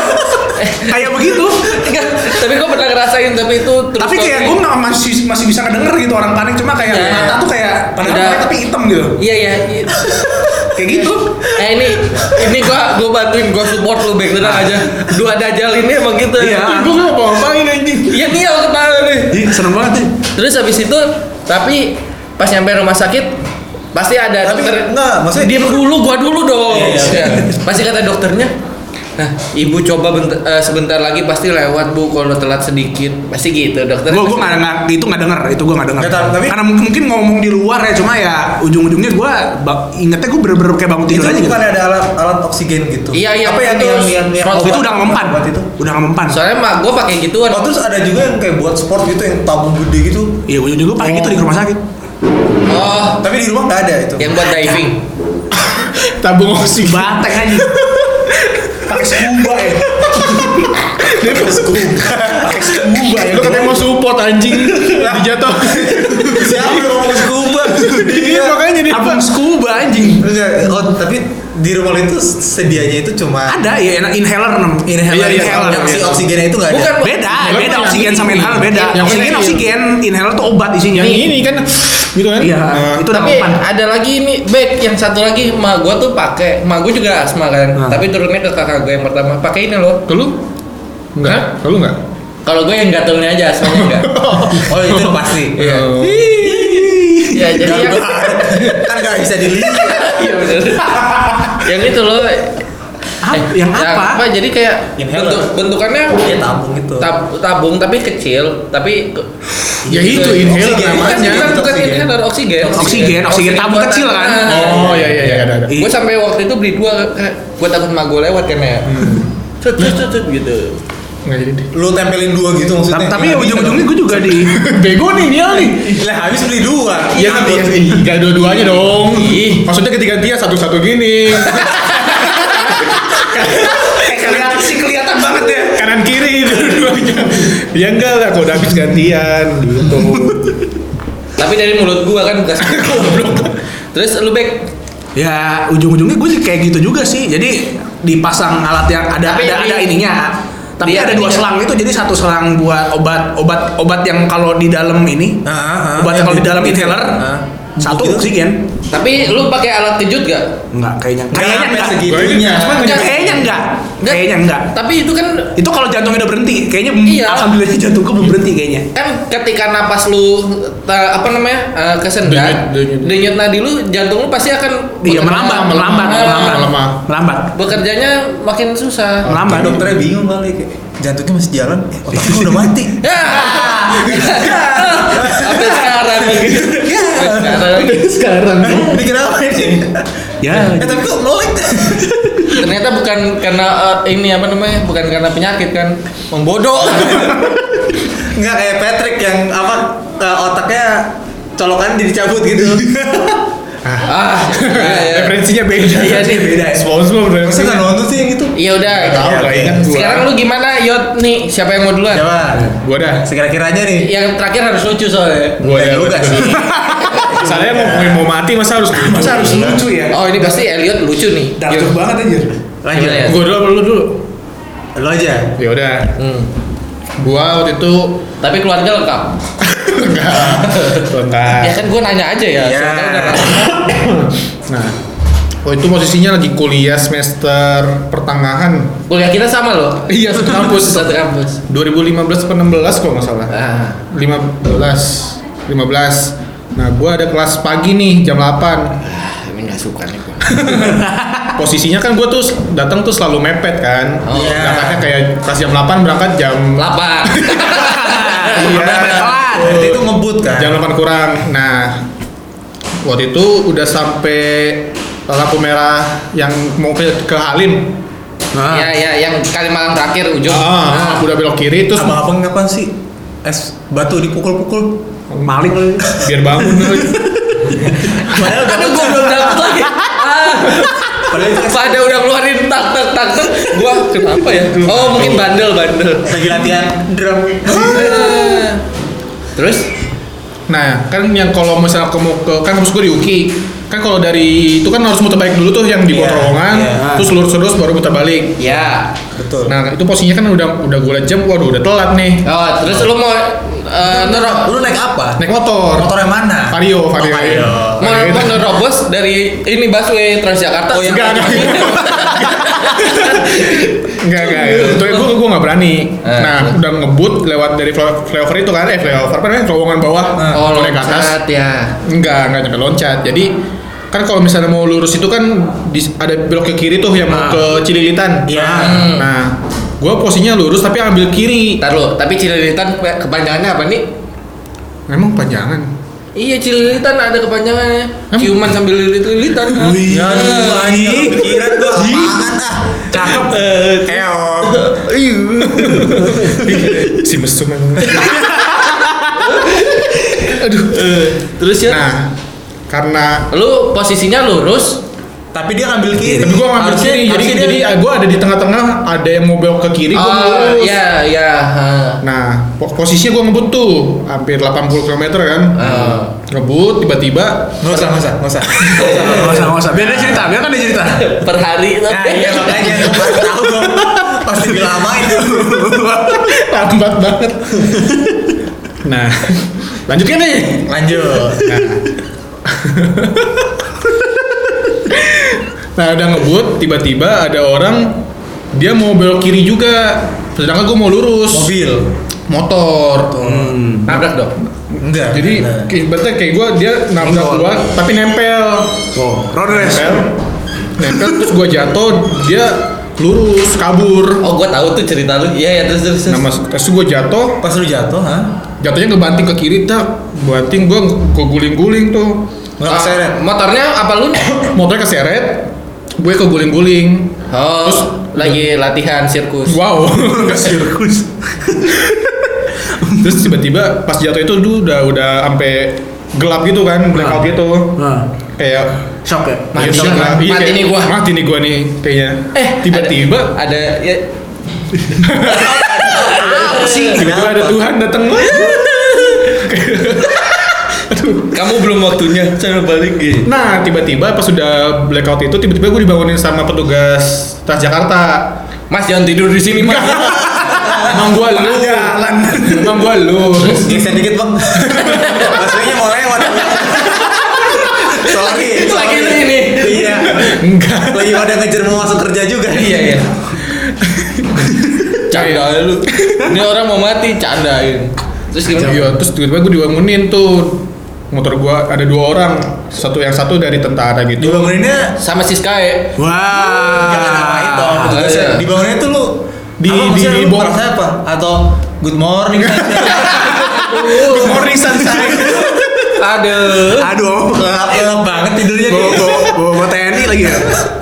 kayak begitu
Enggak, tapi gue pernah ngerasain tapi itu terus
tapi kayak gue nggak masih masih bisa kedenger gitu orang panik cuma kayak
Iya,
mata
iya.
tuh kayak pada
Udah.
tapi hitam gitu
Iya iya. iya.
kayak gitu
Eh ini ini gua gua bantuin gua support lu back tenang aja. Dua dajal ini emang gitu.
Ah. Iya.
Gue nggak mau ngapain anjing.
Iya nih aku kepala nih.
Ih, seneng banget nih
Terus habis itu tapi pas nyampe rumah sakit pasti ada
Tapi
dokter
enggak, maksudnya-
diam dulu gua dulu dong
Iya, iya.
Iya. pasti kata dokternya nah ibu coba bent- eh, sebentar lagi pasti lewat bu kalau telat sedikit pasti gitu dokter
gue gue nggak nggak itu nggak denger itu gue nggak denger
Ya, tapi-
karena mungkin mungkin ngomong di luar ya cuma ya ujung-ujungnya gue ingetnya gue bener-bener kayak bangun
itu
tidur aja gitu
bukan ada alat alat oksigen gitu
Iya, iya,
apa yang
itu
yang yang, yang
Scott
obat-
itu udah mempan
obat itu
udah nggak mempan
soalnya mak gua pakai gituan
Oh, terus ada juga yang kayak buat sport gitu yang tabung gede gitu
Iya, gue juga pakai gitu di rumah sakit.
oh
tapi di rumah nggak ada itu
yang buat diving
Tabung oksigen.
Batek aja.
pakai scuba ya dia pakai scuba pakai scuba ya
Lu katanya mau support anjing. Dijatuh.
siapa yang ngomong scuba
Iya makanya dia.
Tabung scuba anjing.
Terus ya, oh tapi di rumah itu sedianya itu cuma
Ada ya enak inhaler nam.
inhaler
Iya, iya,
inhaler
iya.
si oksigennya itu nggak ada
Bukan,
Beda,
Inhaler
beda
kan
oksigen
yang
sama
ini.
inhaler beda.
Yang
Oksigen
ini.
oksigen, inhaler tuh obat isinya.
Yang ini kan gitu kan?
Iya,
Nah.
itu udah
tapi
mempan.
ada lagi ini back yang satu lagi emak gua tuh pakai emak gua juga asma kan
Nah.
tapi turunnya ke kakak gua yang pertama pakai ini loh
Kalau lu? Enggak. Kalau lu enggak?
kalau gua yang gatalnya aja asmanya enggak
oh itu pasti
iya
Oh.
ya
Iya,
jadi yang,
kan nggak bisa dilihat
Iya, bener. yang itu loh
Eh,
Ap- yang
ya,
apa?
jadi kayak
Inhaler.
bentuk, bentukannya
ya tabung itu
Iya. tab- tabung tapi kecil tapi ke-
Ya itu inhaler
Oksigen.
bukan
namanya.
bukan, bukan
Oksigen.
inhaler oksigen
Oksigen, oksigen tabung
buatan.
kecil kan?
Nah.
Oh iya iya iya ada ada.
gue sampai waktu itu beli dua kayak gue takut emak gue lewat kan ya cut cut cut, cut, gitu
Enggak jadi deh.
lu tempelin dua gitu maksudnya
Tapi
Nggak bisa
ujung-ujungnya gue juga di
Bego nih dia nih.
dong. lah habis beli dua
Iya tapi
Takut.
enggak dua-duanya dong. Maksudnya ketiga dia satu-satu gini.
kelihatan sih kelihatan banget ya.
Kanan kiri gitu dua-duanya. Ya enggak lah kalau udah habis gantian gitu.
tapi dari mulut gue kan bekas goblok terus lu back
Ya ujung-ujungnya gue sih kayak gitu juga sih. Jadi dipasang alat yang ada
Tapi di-
ada ada ininya. Tapi
di-
ada dua
di-
selang itu jadi satu selang buat obat obat obat yang kalau di dalam ini
Ah, ah, ah.
obat yang kalau di dalam
Yang
inhaler
Ah.
satu
Gitu.
oksigen
tapi lu pakai alat kejut gak
Enggak, kayaknya. Kayaknya
Kayaknya
enggak.
segitunya.
Gua ini-
Enggak, kayaknya enggak. Kayaknya enggak.
tapi itu kan
Itu kalau jantungnya udah berhenti, kayaknya mm,
Iya.
alhamdulillah jantung gue belum berhenti kayaknya.
kan ketika napas lu ta- apa namanya eh, kesendat
Denyut,
denyut
denyut.
nadi lu jantung lu pasti akan bekerja-
Iya,
Ah,
melambat, melambat, melambat,
melambat.
melambat.
bekerjanya makin susah
Melambat.
Kayak dokternya bingung kali kayak jantungnya masih jalan eh, otak gue udah mati
Ya. sampai sekarang gitu Sampai sekarang
Sekarang
bikin apa ini
Ya.
eh tapi kok melek
ternyata bukan karena eh, ini apa namanya bukan karena penyakit kan membodoh
Nggak kayak eh, Patrick yang apa eh, otaknya colokan dicabut gitu.
ah ya, ya.
Referensinya beda.
Iya sih, beda ya.
Masa
Sponsor
nggak
referensinya.
nonton sih yang itu?
ya udah
Tahu nggak ingat gua.
sekarang lu gimana Yot nih siapa yang mau duluan
Coba.
Gua dah.
Sekira-kiranya nih.
yang terakhir harus lucu soalnya
Gua
Nggak
dah.
juga sih.
Misalnya mau mau mati masa harus
Iya.
Masa harus lucu ya?
oh ini pasti Elliot lucu nih
Dark
Yot.
banget anjir.
Lanjut.
Gimana ya?
Gua dulu apa lu dulu?
Lo aja.
Ya udah.
Hmm.
Gua waktu itu
tapi keluarga lengkap
Bentar.
ya kan gue nanya aja ya
Iya.
soalnya udah lama.
Nah, oh itu posisinya lagi kuliah semester pertengahan
kuliah kita sama loh
Iya, satu kampus.
satu kampus
2015 atau 16 kalau nggak salah.
ah
15 15. Nah, gua ada kelas pagi nih jam 8.
Ah, ini nggak suka nih gue
Posisinya kan gua tuh s- datang tuh selalu mepet kan.
Oh.
Iya.
Berangkatnya kayak kelas jam 8 berangkat jam
lapar
Iya.
Udah pelan. Berarti itu ngebut kan.
jam 8 kurang. Nah, waktu itu udah sampai lampu merah yang mau ke, ke Halim.
Nah.
ya ya yang kali malam terakhir ujung
Ah, udah belok kiri terus
Abang-abang ngapain sih? Es batu dipukul-pukul.
Maling lu.
biar bangun lagi.
Padahal udah
aduh gue belum dapet lagi ah,
padahal itu es-
pada udah keluarin tak tak tak tak gue kenapa ya oh mungkin bandel bandel
lagi latihan drum.
terus
Nah, kan yang kalau misalnya kamu ke kan kampus gue di UKI. Kan kalau dari itu kan harus muter balik dulu tuh yang di
Iya,
potongan,
iya.
terus lurus lurus baru muter balik.
ya
Betul.
Nah, itu posisinya kan udah udah gue liat jam, waduh udah telat nih.
oh terus lu mau eh, nerok
Lu naik apa?
Naik motor.
Motor yang mana? Oh,
Vario, Vario. Nah,
Vario. iya.
mau mau nerobos dari ini busway Transjakarta
Oh, iya.
Enggak, enggak. Enggak, enggak. Itu gue gue enggak berani.
Eh.
Nah, udah ngebut lewat dari fly- flyover itu kan, eh flyover apa namanya? Terowongan bawah.
Eh.
oh
naik ke atas.
loncat ya
Enggak, enggak nyampe loncat. Jadi kan kalau misalnya mau lurus itu kan di- ada belok ke kiri tuh yang mau
Ah.
ke Cililitan.
Iya.
Nah, gua posisinya lurus tapi ambil kiri.
Ntar lo, tapi cililitan pe- kepanjangannya apa nih?
Memang panjangan.
Iya cililitan ada kepanjangannya.
Em?
Ciuman sambil lilit-lilitan.
Wih,
Ya,
anjing, pikiran gua apaan ah. Cakep.
Eong. si mesum memang. Aduh.
Terus ya?
Nah, karena
Lu posisinya lurus.
Tapi dia ngambil kiri.
tapi gua ngambil
Harusnya-
kiri, jadi
harusnya
jadi
dia- Ah,
gua ada di tengah-tengah, ada yang mau belok ke kiri, gua
Oh,
lurus.
iya, iya. ha.
Nah, po- posisinya gua ngebut tuh hampir 80 km kan.
Ah.
Ngebut tiba-tiba
Nggak usah, nggak usah, nggak usah.
Enggak usah, enggak usah. Biar dia cerita, biar kan dia cerita.
Per hari
Nah,
Eh,
iya makanya gua baru tahu gua pasti dilamain
lambat banget. Nah, lanjutkan nih.
Lanjut.
Nah. nah, udah ngebut tiba-tiba ada orang dia mau belok kiri juga. Sedangkan gua mau lurus.
Mobil.
Motor.
Nabrak dong.
Enggak.
Jadi
Nah.
ibaratnya kayak gua dia nabrak gua tapi nempel.
Oh, road race.
nempel nempel terus gue jatuh dia lurus kabur
Oh, gua tahu tuh cerita lu. Iya, ya terus terus. terus.
nah mas terus gue jatuh
pas lu jatuh, ha?
jatuhnya ngebanting ke kiri tak banting gue gue guling-guling tuh
Nggak
Ah,
keseret.
Motornya apa lu?
motornya keseret gue ke guling-guling
Oh, lagi latihan sirkus.
wow ke sirkus terus tiba-tiba pas jatuh itu dulu udah udah sampai gelap gitu kan blackout gitu
Nah,
kayak
shock ya.
Mati nih gua,
Iya, iya,
Nah, kan mati
kayak,
nih gua.
mati nih gua nih kayaknya
Eh,
tiba-tiba
ada, ada ya.
Apa sih?
tiba-tiba ada Tuhan datang
Kamu belum waktunya, cara balik gitu.
Nah, tiba-tiba pas sudah blackout itu tiba-tiba gue dibangunin sama petugas Transjakarta.
Mas jangan tidur di sini, Mas.
Emang gua lu. Emang gua lu.
Geser dikit, Bang. Maksudnya mau lewat. Sorry.
Itu lagi
sorry.
ini.
Iya.
Enggak.
Lagi pada ngejar mau masuk kerja juga.
Iya, iya. Canda aja lu. Ini orang mau mati, candain. Terus gimana?
Iya, terus tiba-tiba gue dibangunin tuh motor gua ada dua orang satu yang satu dari tentara gitu
Dibanguninnya
Sama si Sky.
Kan
Wah.
Jangan ngapain toh petugasnya.
Iya.
Dibangunnya tuh lu
Di-
apa,
di-
maksudnya
di
lu
bawah.
merasa apa? Atau good morning sunshine.
good morning sunshine
Aduh.
Aduh,
Elap banget tidurnya
bawa
kayak
bawa bawa- bawa TNI lagi ya.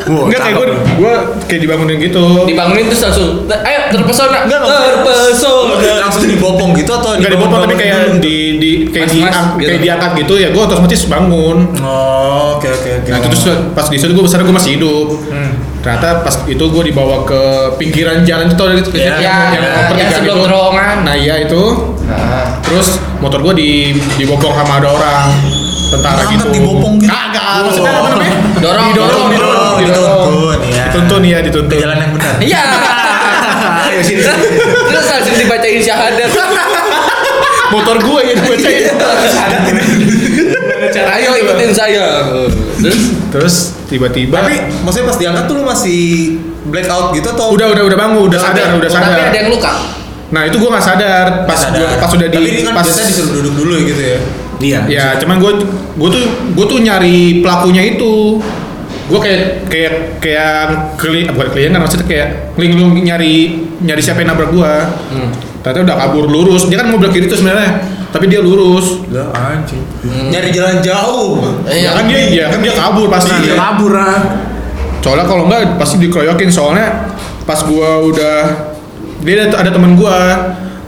Wow,
Enggak kayak gue, gue kayak dibangunin gitu.
Dibangunin terus langsung, ayo terpesona,
Enggak, enggak.
terpesona.
langsung dibopong gitu atau
Enggak dipotong tapi
dibangun-bangun
kayak
dulu?
di di kayak
Mas-
di
mas,
kayak
gitu.
diangkat gitu ya gue otomatis bangun.
Oh, oke oke oke.
Nah itu terus pas di situ gue besar gue masih hidup.
Hmm.
Ternyata pas itu gue dibawa ke pinggiran jalan itu ada
Ya,
yang, yang
ya,
pertigaan
yang sebelum
itu.
terowongan.
Nah iya itu.
Nah,
Terus motor gue di dibopong sama ada orang tentara
Angkat
gitu.
dibopong gitu?
Kagak. Maksudnya apa
Wow.
namanya?
Dorong,
didorong,
dorong,
didorong,
dorong,
didorong.
dituntun, ya.
Dituntun ya,
Ke
dituntun.
jalan yang benar. Ah, iya,
iya.
Ayo sini. sini.
terus langsung dibacain syahadat.
Motor ya, gue yang dibacain.
Ayo ikutin saya. Terus
Terus tiba-tiba
Tapi maksudnya pas diangkat tuh lu masih blackout gitu atau
udah udah udah bangun, udah sadar, Kan udah
Oh, Tapi
sadar.
ada yang luka.
Nah, itu gua nggak sadar pas
Sadar.
gua- pas sudah di
Tapi ini kan
pas
biasanya disuruh duduk dulu gitu ya.
Iya.
Ya, cuman gue gue tuh gue tuh nyari pelakunya itu. Gue kayak kayak kayak keli, ah, bukan kelihatan maksudnya kayak linglung nyari nyari siapa yang nabrak gue. Ternyata udah kabur lurus. Dia kan mobil kiri tuh sebenarnya, tapi dia lurus.
Lah anjing. Hmm. Nyari jalan jauh.
Iya.
Ya kan dia ya kan dia kabur pasti.
Nah, dia
Iya.
kabur ah.
Soalnya kalau enggak pasti dikeroyokin soalnya pas gue udah dia ada, ada teman gue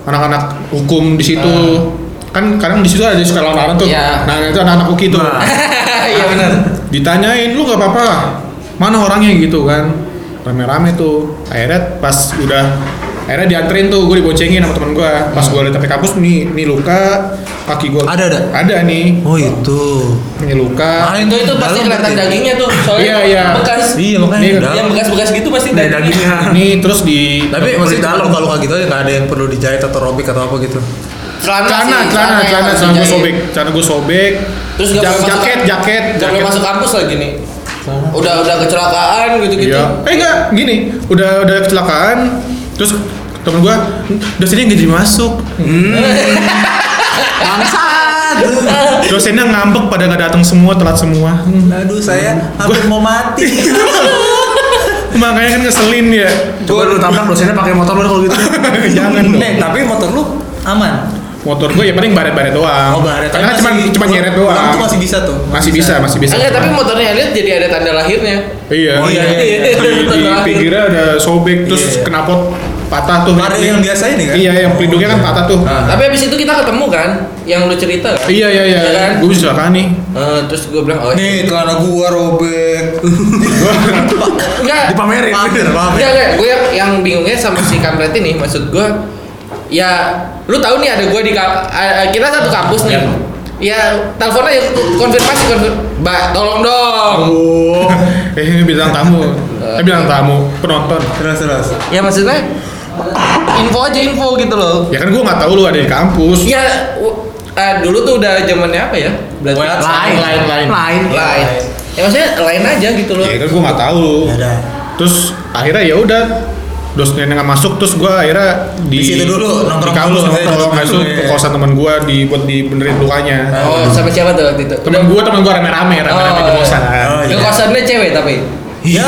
anak-anak hukum di situ kan kadang di situ ada suka lawan tuh.
Iya.
Nah itu anak-anak uki tuh.
Nah.
Iya benar.
Kan ditanyain lu nggak apa-apa mana orangnya gitu kan rame-rame tuh akhirnya pas udah akhirnya dianterin tuh gue dibocengin sama temen gue pas
Hmm.
gue liat sampai kampus nih nih luka kaki gue
Ada, ada?
ada nih
Oh itu.
ini luka
Ah,
Itu itu pasti
dalam
kelihatan
berarti.
dagingnya tuh,
Iya,
soalnya
iya.
bekas.
Iya makanya
Nih,
dalam.
Yang bekas-bekas gitu pasti
Dari
dagingnya.
dagingnya.
ini terus di
Tapi
Kulit
masih
dalam.
dalam kalau luka gitu aja nggak ada yang perlu dijahit atau robek atau apa gitu.
Celana,
celana
sih, yang
celana celana celana gue
dijahit.
sobek celana gue sobek
Terus nggak
Ja-
boleh masuk
jaket
kamp-
jaket
nggak boleh
jaket
masuk kampus lagi nih. Udah udah kecelakaan gitu-gitu.
Iya. Eh enggak, gini, udah udah kecelakaan, terus temen gua dosennya nggak jadi masuk.
Hmm.
Bangsat. dosennya ngambek pada nggak datang semua, telat semua. Hmm.
Aduh saya hampir mau mati.
Makanya kan ngeselin ya.
Coba lu tabrak dosennya pakai motor lu kalau gitu.
Jangan dong.
Nih Eh, tapi motor lu aman.
Motor gua ya paling baret-baret doang.
Oh baret.
Karena cuma cuma nyeret doang.
Itu masih bisa tuh.
masih bisa, masih bisa.
Enggak, tapi motornya lihat jadi ada tanda lahirnya.
Iya.
Oh, iya, iya,
iya.
Di, di pinggirnya ada sobek terus
Iya.
kenapot patah tuh.
Ada yang biasa ini kan?
Iya, yang pelindungnya kan patah tuh.
Ah.
Tapi abis itu kita ketemu kan, yang lu cerita kan?
Iya, iya, iya.
Iya kan?
Gua bisa kan nih.
Eh, terus gue bilang, oh
Nih celana gua robek.
enggak,
Dipamerin.
Pamer, pamer.
enggak, enggak. Gue yang, yang bingungnya sama si kampret ini, maksud gue, ya lu tahu nih ada gue di kamp, eh, kita satu kampus nih.
Iya.
Ya, telepon aja konfirmasi konfirmasi. Mbak, tolong dong.
Oh.
Eh ini bintang tamu. Eh bintang tamu, penonton.
Terus terus.
Ya maksudnya info aja info gitu loh.
Ya kan gua nggak tahu lu ada di
Iya.
kampus.
Ya w- eh, dulu tuh udah zamannya apa ya? Berarti
Lain, lain, lain. Lain.
lain. Ya maksudnya lain aja gitu loh.
Ya kan gua nggak tahu.
Ya udah.
Terus akhirnya ya udah dosennya nggak masuk terus gua akhirnya di,
Di situ dulu,
di
nongkrong
kampus
dulu, iya.
nongkrong
maksudnya.
habis itu ke kosan teman gua di buat dibenerin lukanya
Oh, sama siapa tuh waktu itu?
teman gua teman gua rame-rame rame-rame di
Oh,
kosan
Oh,
Ke
iya.
kosannya cewek tapi.
Iya.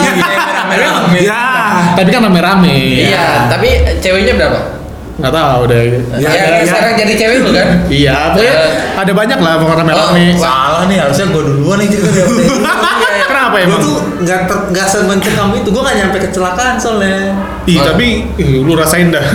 rame-rame.
Ya.
tapi kan rame-rame
Iya, tapi ceweknya berapa?
nggak tahu deh
Ya, yang sekarang jadi cewek lu kan?
iya pokoknya
Eh.
ada banyak lah pokoknya rame-rame
Oh,
Salah nih harusnya gua duluan yang cerita dia.
kenapa
Gua
emang
tuh nggak ter nggak semencekam itu, gua nggak nyampe kecelakaan soalnya.
Oh.
Ih, tapi ih, lu rasain dah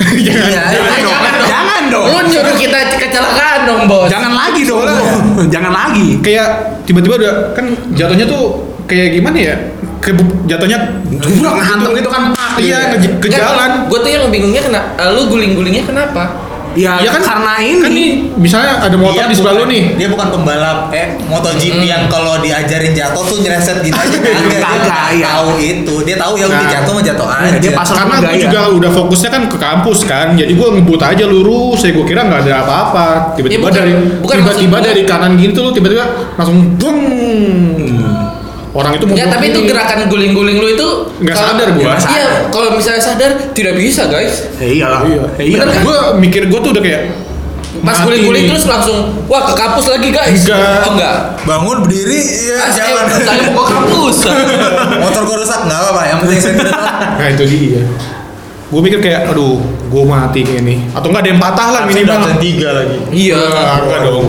jangan
Iya,
jangan
iya.
dong.
Jangan dong.
Lu nyuruh kita kecelakaan dong, Bos.
Jangan lagi dong. lu. Jangan lagi.
kayak tiba-tiba udah kan jatuhnya tuh kayak gimana ya ke jatuhnya
Gebrak ngantem gitu kan. pak,
iya
gitu.
ke, ke jalan
Gue tuh yang bingungnya kena eh, lu guling-gulingnya kenapa?
Ya,
Iya kan?
karena ini.
kan nih misalnya ada motor
Dia
di sebelah
Iya,
lu
bukan-
nih
Dia bukan pembalap eh MotoGP yang kalau diajarin jatuh tuh nyereset gitu aja. Kagak,
Kagak,
dia
iya.
tahu itu. Dia tahu ya udah
Nah.
jatuh mah jatuh aja.
dia pas-
karena
Enggak,
gue
iya.
juga udah fokusnya kan ke kampus kan jadi gue ngebut aja lurus ya gue kira nggak ada apa-apa tiba-tiba
Ya, bukan-
dari
bukan
tiba-tiba
maksud gua.
dari kanan gitu lu tiba-tiba langsung bung orang itu mau
Ya tapi itu gerakan guling-guling lu itu
Nggak
kalau-
sadar gua.
Iya, kalau misalnya sadar tidak bisa, guys.
Ya iyalah.
iya
Ya Iya.
Bener kan?
gue mikir gue tuh udah kayak
Pas
mati
guling-guling
nih.
terus langsung, wah ke kampus lagi, guys.
Enggak.
Oh enggak.
bangun berdiri ya
Ah, saya,
jalan.
saya mau ke kampus.
Motor gua rusak nggak apa-apa. Yang penting saya tidak tahu.
Nah itu dia. Gue mikir kayak, aduh, gue mati kayak ini. Atau nggak ada yang patah lah minimal.
tiga lagi.
iya.
Nah, enggak dong.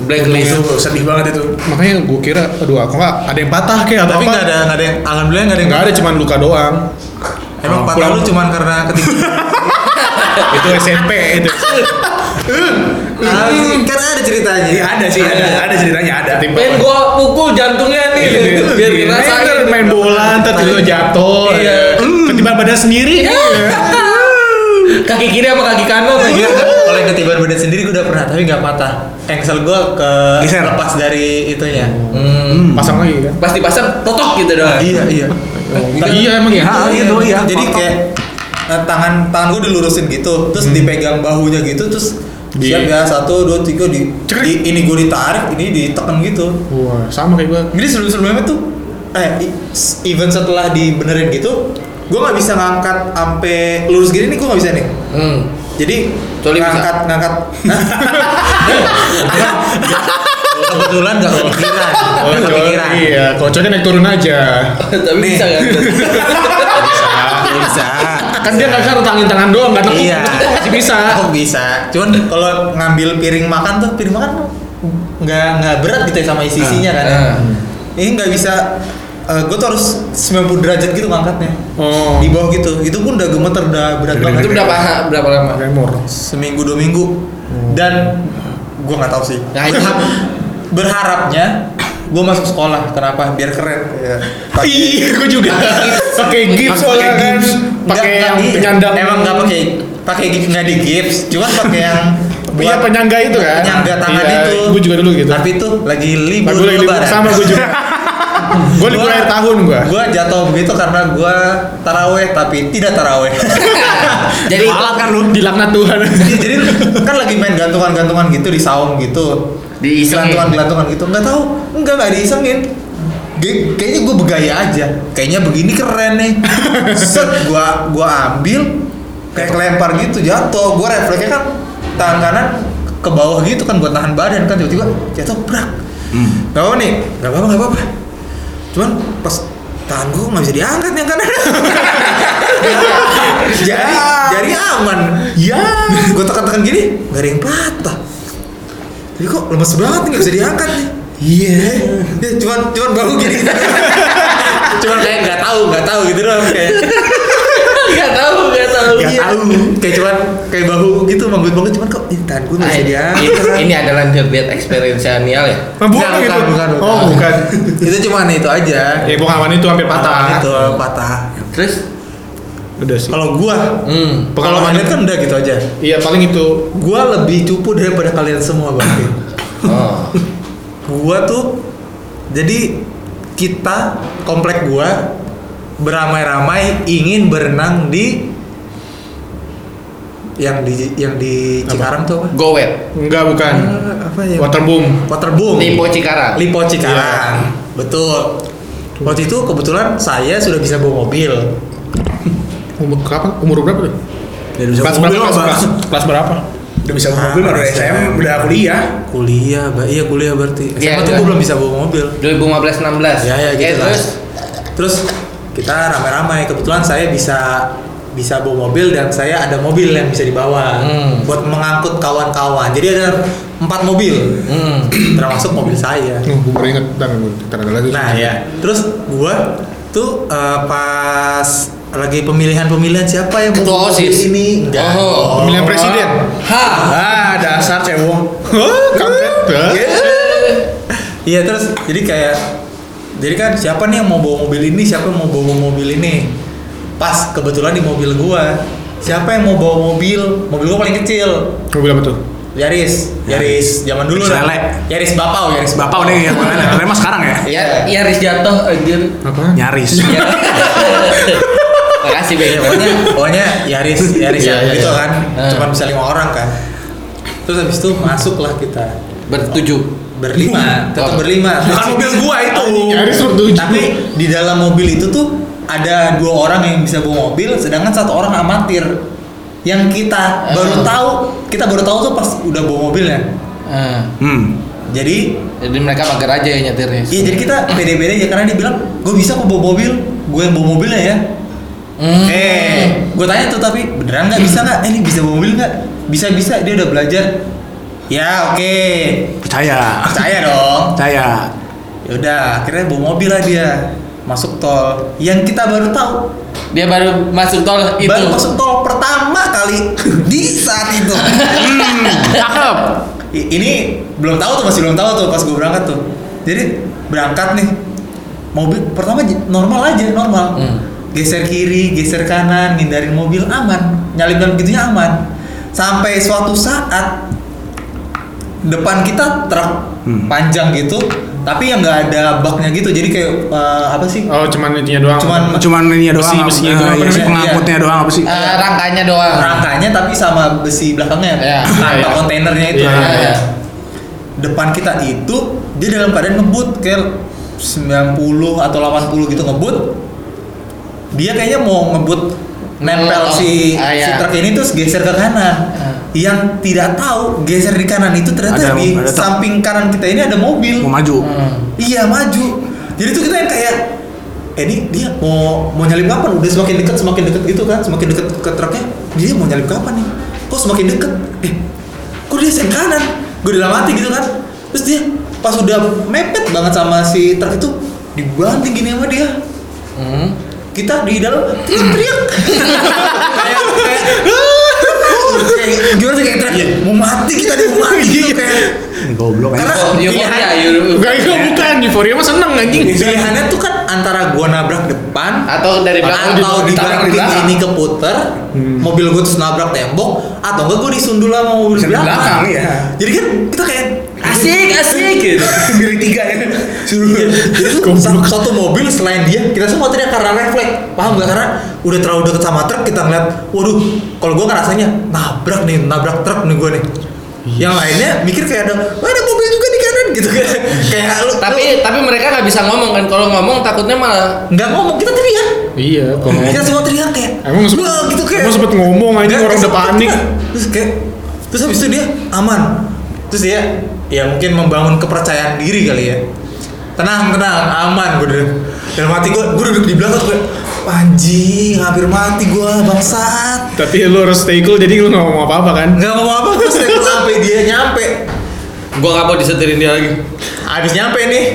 blacklist.
Itu sedih banget itu. Makanya gue kira, aduh aku nggak ada yang patah kayak atau
Tapi
apa?
nggak ada nggak ada yang alhamdulillah nggak ada yang
Nggak ada, cuman luka doang.
Emang
Oh,
patah
pulang.
lu cuman karena ketinggian.
itu SMP itu.
Ah, kan ada ceritanya.
Iya ada sih, ada, ada ceritanya ada.
Pengen gua pukul jantungnya
Iya,
nih biar dirasain.
Biar Iya, main bola, ntar tiba jatuh.
Iya.
ya. Ketiban badan sendiri.
Kaki kiri sama kaki kanan
Iya,
aja.
kalau yang ketiban badan sendiri gue udah pernah, tapi nggak patah. Engsel gue ke
Geser.
lepas dari itunya.
Hmm.
Pasang lagi kan.
Pas dipasang totok gitu doang.
Iya iya.
Iya emang ya.
Ah,
Iya,
gitu, iya.
Jadi
Kotak.
kayak eh, tangan tangan gue dilurusin gitu, terus dipegang bahunya gitu, terus
Di-
siap ya satu dua tiga di,
Cekrek.
di- ini gue ditarik, ini ditekan gitu.
Wah, sama kayak gua.
Jadi sebelum sebelumnya tuh eh i- s- even setelah dibenerin gitu, gue nggak bisa ngangkat sampai lurus gini nih gue nggak bisa nih.
Hmm.
Jadi
Coli bisa.
ngangkat ngangkat. Kebetulan nggak kepikiran, nggak
Kocok,
kepikiran.
Iya, kocoknya naik turun aja.
Tapi
Nih.
bisa kan?
Nggak Bisa.
Kan dia nggak rentangin tangan doang, nggak tekuk.
Iya.
Tekuk Masih bisa.
Aku bisa. Cuman kalau ngambil piring makan tuh piring makan nggak nggak berat gitu ya sama isi isinya kan.
ah.
Ini nggak bisa. gue tuh harus 90 derajat gitu ngangkatnya.
Oh.
Di bawah gitu. Itu pun udah gemeter, Oh. udah berat
Udah
banget.
Itu berapa berapa lama?
Remor.
Seminggu dua minggu. Dan gue nggak tahu sih.
Nah, itu.
Berharap- berharapnya gue masuk sekolah. Kenapa? Biar keren. Iya.
Iya, gua juga. Pakai gips soalnya kan. Pakai yang penyandang.
Emang nggak pakai pakai gips nggak di gips. Cuman pakai yang
Iya,
buat-
penyangga itu kan.
penyangga tangan
Iya,
itu.
Gua juga dulu gitu.
Tapi itu lagi libur.
Nah, gua lagi libur
lebaran.
sama gua juga. Gua libur akhir tahun gua.
Gua jatuh begitu karena gua taraweh tapi tidak taraweh.
Jadi
Alat kan lu dilaknat Tuhan.
jadi, jadi kan lagi main gantungan-gantungan gitu di saung gitu.
Diisengin.
Gelantungan-gelantungan gitu. Nggak tahu, enggak nggak diisengin. Ge- kayaknya gua bergaya aja. Kayaknya begini keren nih. Set gua gua ambil kayak lempar gitu jatuh. Gua refleksnya kan tangan kanan ke bawah gitu kan buat tahan badan kan tiba-tiba jatuh brak. Gak apa nih, gak apa-apa, gak apa-apa. Cuman pas tangan gue nggak bisa diangkat yang kanan. jadi jadi aman. Ya. Gue tekan-tekan gini, gak ada yang patah. Jadi kok lemes banget nggak bisa diangkat nih. Iya. Dia cuman cuman bahu gini. cuman kayak nggak tahu, nggak tahu gitu doang kayak.
nggak tahu nggak tahu. Iya.
Nggak tahu. Kayak cuman kayak bahu gitu manggut-manggut cuman kok ini tangan gue nggak bisa
Nah,
diangkat.
ini, ini adalah the great experience ya.
Nah, bukan
Bukan,
gitu.
bukan, bukan.
Oh, bukan.
itu cuman itu aja.
Ya, pengalaman itu hampir patah.
Itu patah.
Terus,
Udah sih.
Kalau gua Kalau
hmm,
Pengalaman
kalian kan udah gitu aja.
Iya, paling itu
Gua lebih cupu daripada kalian semua bang. Vin.
Ah.
oh,
gua tuh jadi kita komplek gua beramai-ramai ingin berenang di yang di yang di
Apa?
Cikarang tuh apa?
gowet,
Enggak bukan.
Eh, apa ya?
Waterboom.
Waterboom.
Lipo Cikarang.
Lipo Cikarang.
Iya.
Betul. Waktu itu kebetulan saya sudah bisa bawa mobil.
Umur kapan? Umur berapa tuh?
Dan bisa
Kelas
bawa mobil,
berapa? Kelas,
Bang.
kelas, kelas berapa?
Udah bisa bawa
Ah,
mobil baru
baru
SM,
SM.
udah kuliah.
Kuliah, Mbak. Iya, kuliah berarti. SMA
Iya,
tuh
iya.
gua belum bisa bawa mobil.
2015 16.
ya ya gitu
Eh,
lah.
terus
terus kita ramai-ramai kebetulan saya bisa bisa bawa mobil dan saya ada mobil yang bisa dibawa
Hmm.
buat mengangkut kawan-kawan jadi ada empat mobil
hmm,
termasuk mobil saya
Nuh, gue baru inget. Ntar, ntar ada lagi.
nah
Iya.
ya terus gua tuh eh, pas lagi pemilihan-pemilihan siapa yang
Ketua
bawa mobil
OSIS?
ini enggak
Oh.
Pemilihan presiden.
ha,
Ah, dasar cewek.
Hah? Kampret. Hah?
Iya terus jadi kayak jadi kan siapa nih yang mau bawa mobil ini siapa yang mau bawa mobil ini pas kebetulan di mobil gua siapa yang mau bawa mobil mobil gua paling kecil
Mobil apa tuh?
Yaris Yaris zaman dulu
Yaris
dah.
Lele.
Yaris Bapau Yaris
Bapak
Bapau
udah yang mana? Karena emang sekarang ya.
ya, ya Riz jatuh anjir.
Apa?
Nyaris.
Ya. Makasih Be.
Iya, pokoknya pokoknya Yaris Yaris
Iya,
yang
iya,
gitu
iya.
kan
Ah.
cuma bisa lima orang kan terus habis itu masuklah kita
Bertuju.
berlima tetap
Oh.
berlima
Bukan mobil gua itu.
Nyaris bertujuh.
Tapi di dalam mobil itu tuh ada dua orang yang bisa bawa mobil, sedangkan satu orang amatir. Yang kita baru
Ah.
tahu, kita baru tahu tuh pas udah bawa mobilnya.
Ah,
Hmm.
Jadi,
jadi mereka mager aja ya nyetirnya.
ya jadi kita beda-beda ya karena dia bilang, gue bisa kok bawa mobil, gue yang bawa mobilnya ya.
Hmm.
Eh, gue tanya tuh tapi beneran nggak bisa nggak? Eh, ini bisa bawa mobil nggak? Bisa bisa dia udah belajar. Ya oke,
Percaya.
percaya dong.
Percaya.
Yaudah, Ya akhirnya bawa mobil lah dia masuk tol. Yang kita baru tahu,
Dia baru masuk tol itu.
baru masuk tol pertama kali di saat itu.
Cakep.
I- Ini belum tahu tuh masih belum tahu tuh pas gue berangkat tuh. Jadi berangkat nih, mobil pertama j- normal aja normal.
Hmm.
Geser kiri, geser kanan, ngindarin mobil aman, nyalip dan gitunya aman. Sampai suatu saat depan kita truk panjang gitu, tapi yang nggak ada baknya gitu. Jadi kayak eh, apa sih?
Oh, cuman itunya doang.
Cuman
Cuman ini doang.
Besi-
apa-
besinya
eh,
doang,
iya
apa
sih,
namanya?
pengangkutnya doang apa sih?
Eh, rangkanya doang.
rangkanya tapi sama besi belakangnya
Iya.
tanpa
Iya.
kontainernya itu
Iya,
iya, iya.
depan kita itu dia dalam keadaan ngebut kayak 90 atau 80 gitu ngebut dia kayaknya mau ngebut nempel
Melotong.
si,
Ah, iya.
si truk ini terus geser ke kanan
Ah.
yang tidak tahu geser di kanan itu ternyata
Ada-
di
ada truk.
samping kanan kita ini ada mobil
Mau maju.
Hmm.
Iya maju. Jadi tuh kita yang kayak eh ini dia mau mau nyalip kapan? Udah semakin dekat semakin dekat gitu kan, semakin dekat ke truknya. Dia mau nyalip kapan nih? Kok semakin dekat? Eh, kok dia sen kanan? Gue dalam hati gitu kan. Terus dia pas udah mepet banget sama si truk itu dibanting gini sama dia.
Hmm.
Kita di dalam teriak. Hmm. kayak kayak kayak gimana sih kayak teriak mau mati kita nih mau mati gitu kayak
Goblok.
karena iya,
Oh,
pilihan-
euforia, eu-
Enggak, itu bukan. Euforia mah seneng anjing.
Gitu.
pilihannya tuh kan antara gua nabrak depan
atau dari belakang
atau
di- ditarik
dibanting
di belakang.
ini keputer
Hmm.
mobil gua terus nabrak tembok atau enggak gua disundul sama mobil
Bisa di
belakang,
belakang, iya.
jadi kan kita kayak
Asik, asik gitu.
sendiri tiga ya
Iya. Jadi tuh satu, satu mobil selain dia kita semua teriak karena refleks paham nggak karena udah terlalu deket sama truk kita ngeliat waduh kalau gua ngerasanya nabrak nih nabrak truk nih gua nih yang lainnya mikir kayak ada "Wah, ada mobil juga di kanan gitu kayak kayak lu
tapi tapi mereka nggak bisa ngomong kan kalau ngomong takutnya malah
nggak ngomong kita teriak
Iya, kalau
kita semua teriak kayak
Emang sempet,
"Wah," gitu kayak
emang sempet ngomong aja
Nggak,
orang udah
sempet
panik.
kita. terus kayak terus habis itu dia aman terus dia ya mungkin membangun kepercayaan diri kali ya tenang tenang aman gue duduk dalam hati gue gue duduk di belakang gue anjing hampir mati gue bangsat
Tapi lu harus stay cool jadi lu nggak ngomong apa-apa kan?
nggak mau apa terus dia sampai dia nyampe
gua nggak mau disetirin dia lagi
habis nyampe nih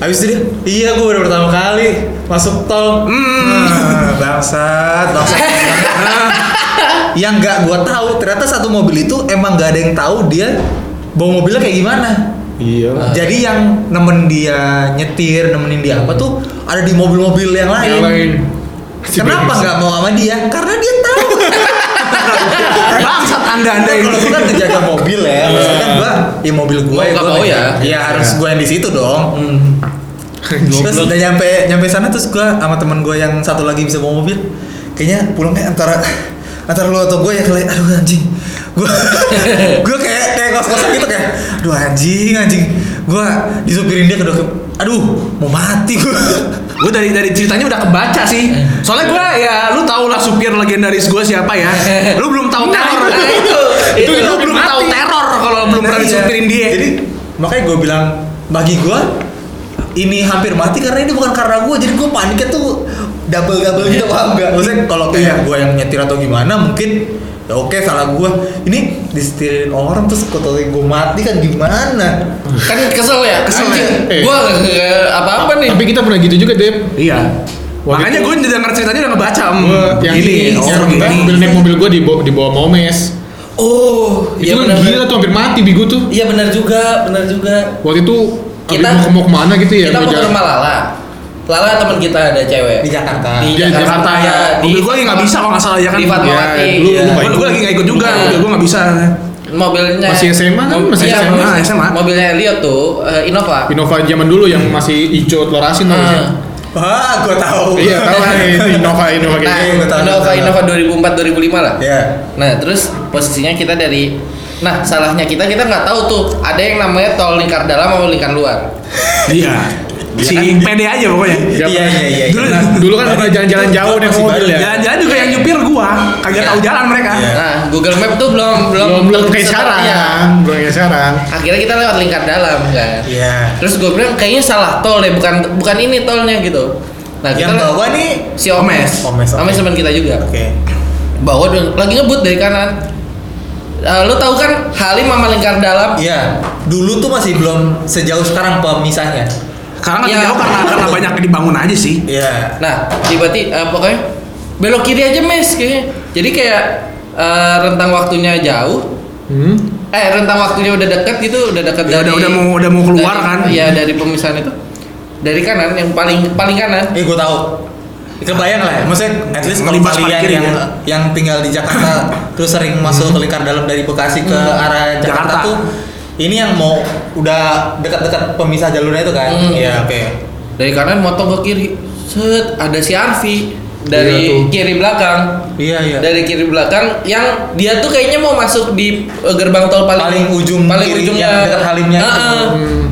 habis itu dia iya gue baru pertama kali masuk tol Nah, bangsat bangsat Nah, yang nggak gua tahu ternyata satu mobil itu emang nggak ada yang tahu dia bawa mobilnya kayak gimana
Iya.
jadi yang nemen dia nyetir nemenin dia apa tuh ada di mobil-mobil yang lain,
Yang lain.
kenapa nggak mau sama dia karena dia tahu
Eh.
Bangsat anda-anda
Kalau
ini.
gua kan ngejaga mobil ya, maksudnya kan gua ya mobil gua
Mau
ya
nggak
gua
mau ya?
ngejaga. Iya harus gua yang di situ dong. terus udah nyampe nyampe sana terus gua sama teman gua yang satu lagi bisa bawa mobil, kayaknya pulangnya antara antara lu atau gua ya kayak aduh anjing. Gua gua kayak kayak kos-kosan gitu kayak aduh anjing anjing. Gua disupirin dia ke dokter. Aduh, mau mati gua.
gue dari dari ceritanya udah kebaca sih soalnya gue ya lu tau lah supir legendaris gue siapa ya
Eh.
lu belum tahu teror Eh.
Nah, itu
itu lu belum
mati.
tahu teror kalau belum
Nah,
pernah
Bener, iya.
disupirin dia
Jadi makanya gue bilang bagi gue ini hampir mati karena ini bukan karena gue jadi gue paniknya tuh double double gitu paham iya. gak? Maksudnya kalau kayak gue yang nyetir atau gimana mungkin ya oke salah gue ini disetirin orang terus kalau gue mati kan gimana?
kan kesel ya
Kesel ya?
anjing
Eh.
gua apa apa nih
Tapi kita pernah gitu juga, Dep.
Iya.
Waktu
makanya
itu-
gitu.
gue udah denger ceritanya udah ngebaca em,
Gua
Hmm,
yang
gini
ini,
oh,
yang
gini.
mobil naik mobil gue dibawa dibawa sama Omes.
oh
Itu kan
benar-benar.
gila tuh hampir mati bigu tuh.
iya benar juga benar juga
Waktu itu kita
Kita-
mau, ke- mau kemana gitu ya?
kita
gua
mau ke
jalan.
rumah Lala Lala teman kita ada cewek
Di Jakarta.
Iya, di
Dia di
Jakarta, Iya,
Jakarta, ya.
mobil gue lagi nggak bisa kalau nggak salah ya kan
di Fatmawati
Ya, lu-
iya.
lu
gue lagi nggak ikut juga
Bukan.
Iya.
mobil gue nggak bisa
mobilnya
Masih SMA kan? Masih
iya,
SMA,
mobil-
SMA.
mobilnya Elliot tuh eh, Innova
Innova zaman dulu yang masih hijau telur asin tau gak sih?
Ah.
Wah gue tahu.
Iya, tahu kan itu Innova Innova kayak
Nah,
Iya,
gitu.
gua tahu,
Innova
gua tahu.
Innova 2004 2005 lah.
Iya.
Nah, terus posisinya kita dari Nah, salahnya kita kita nggak tahu tuh ada yang namanya tol lingkar dalam atau lingkar luar.
iya si
kan
pede aja pokoknya
Iya,
Iya iya iya.
Dulu-
Nah, dulu kan pernah jalan-jalan jauh naik
Masih
mobil
baru,
ya.
jalan-jalan juga yang nyupir gue kagak
Iya.
tahu jalan mereka
Iya.
Nah, Google Map tuh belum belum
Belum belum kayak
bisa-
sekarang,
iya.
belum kayak sekarang.
Akhirnya kita lewat lingkar dalam kan.
Iya.
Terus gue bilang kayaknya salah tol deh, bukan bukan ini tolnya gitu. Nah, kita
Yang bawa nih.
si Omes,
Omes, oke.
Omes teman kita juga.
Oke.
bawa dong lagi ngebut dari kanan eh, lu tahu kan Halim sama Lingkar Dalam?
Iya, dulu tuh masih belum sejauh sekarang pemisahnya.
Sekarang nggak
Ya.
Iya.
jauh karena karena banyak dibangun aja sih.
Iya.
Nah, tiba-tiba eh, pokoknya belok kiri aja mes kayaknya. Jadi kayak eh, rentang waktunya jauh. Eh, rentang waktunya udah deket gitu, udah deket
Ya,
dari
Hmm. udah- udah mau- udah mau keluar
dari-
kan?
Iya, dari pemisahan itu. Dari kanan yang paling paling kanan.
Eh gue tahu. Kebayang lah, ya. maksudnya at least kalau
Ngelibas
kalian
parkir
yang
ya.
yang tinggal di Jakarta terus sering masuk ke lingkar dalam dari Bekasi ke arah Jakarta,
Jakarta.
tuh ini yang mau udah dekat-dekat pemisah jalurnya itu kan?
Hmm.
Iya, oke.
Dari kanan motong ke kiri. Set, ada si Arfi
Iya,
dari kiri belakang.
Iya, iya.
Dari kiri belakang yang dia tuh kayaknya mau masuk di eh, gerbang tol paling,
Paling ujung
paling
kiri
ujung
yang dekat Halimnya itu. Hmm.
Heeh.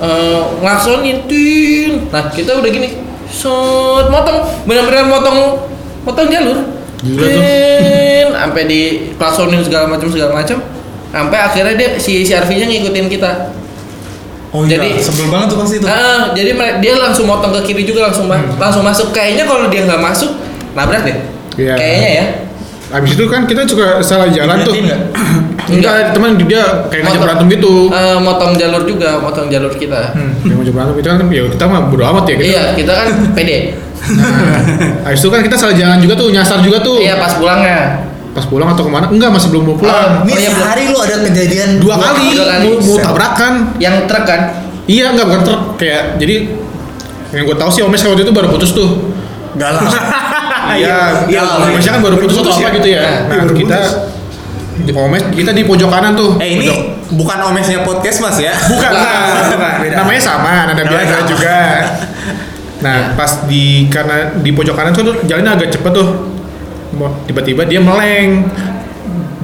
Eh, ngaksonin tin. Nah, kita udah gini. Set, motong benar-benar motong motong jalur.
Gila tuh.
Tin, sampai di klaksonin segala macam segala macam. Sampai akhirnya dia si si Arfi-nya ngikutin kita.
Oh iya,
Jadi-
sebel banget tuh pasti itu. Hmm.
Ah, jadi mere- dia langsung motong ke kiri juga langsung ma- langsung masuk. Kayaknya kalau dia nggak masuk, nabrak deh.
Iya.
Kayaknya ya.
Abis itu kan kita juga salah jalan tuh.
Dibeliin nggak?
Enggak, teman dia kayak ngajak
Motor.
berantem gitu.
Eh, motong jalur juga, motong jalur kita.
Kayak ngajak berantem gitu kan ya kita mah bodo amat ya gitu.
Iya, kita kan pede.
Nah, abis itu kan kita salah jalan juga tuh, nyasar juga tuh.
Iya, pas pulangnya.
Pas pulang atau kemana? Enggak, masih belum mau
Oh,
pulang.
Ini
iya, belum.
sehari lu ada kejadian
dua, kali,
dua kali.
Mau, mau tabrakan.
Yang truk kan.
Iya, enggak bukan truk. Kayak jadi yang gue tahu sih Omes waktu itu baru putus tuh.
Enggak lah.
Iya, iya. Omesnya kan baru putus atau apa gitu
Iya,
ya. Nah,
baru
kita
putus.
di Omes kita di pojok kanan tuh.
Eh ini
Pojok-
bukan omesnya podcast mas ya?
Bukan, bukan. Namanya sama, nada biasa
sama.
juga. Nah, pas di karena di pojok kanan tuh jalannya agak cepet tuh. Mo- Tiba-tiba dia meleng.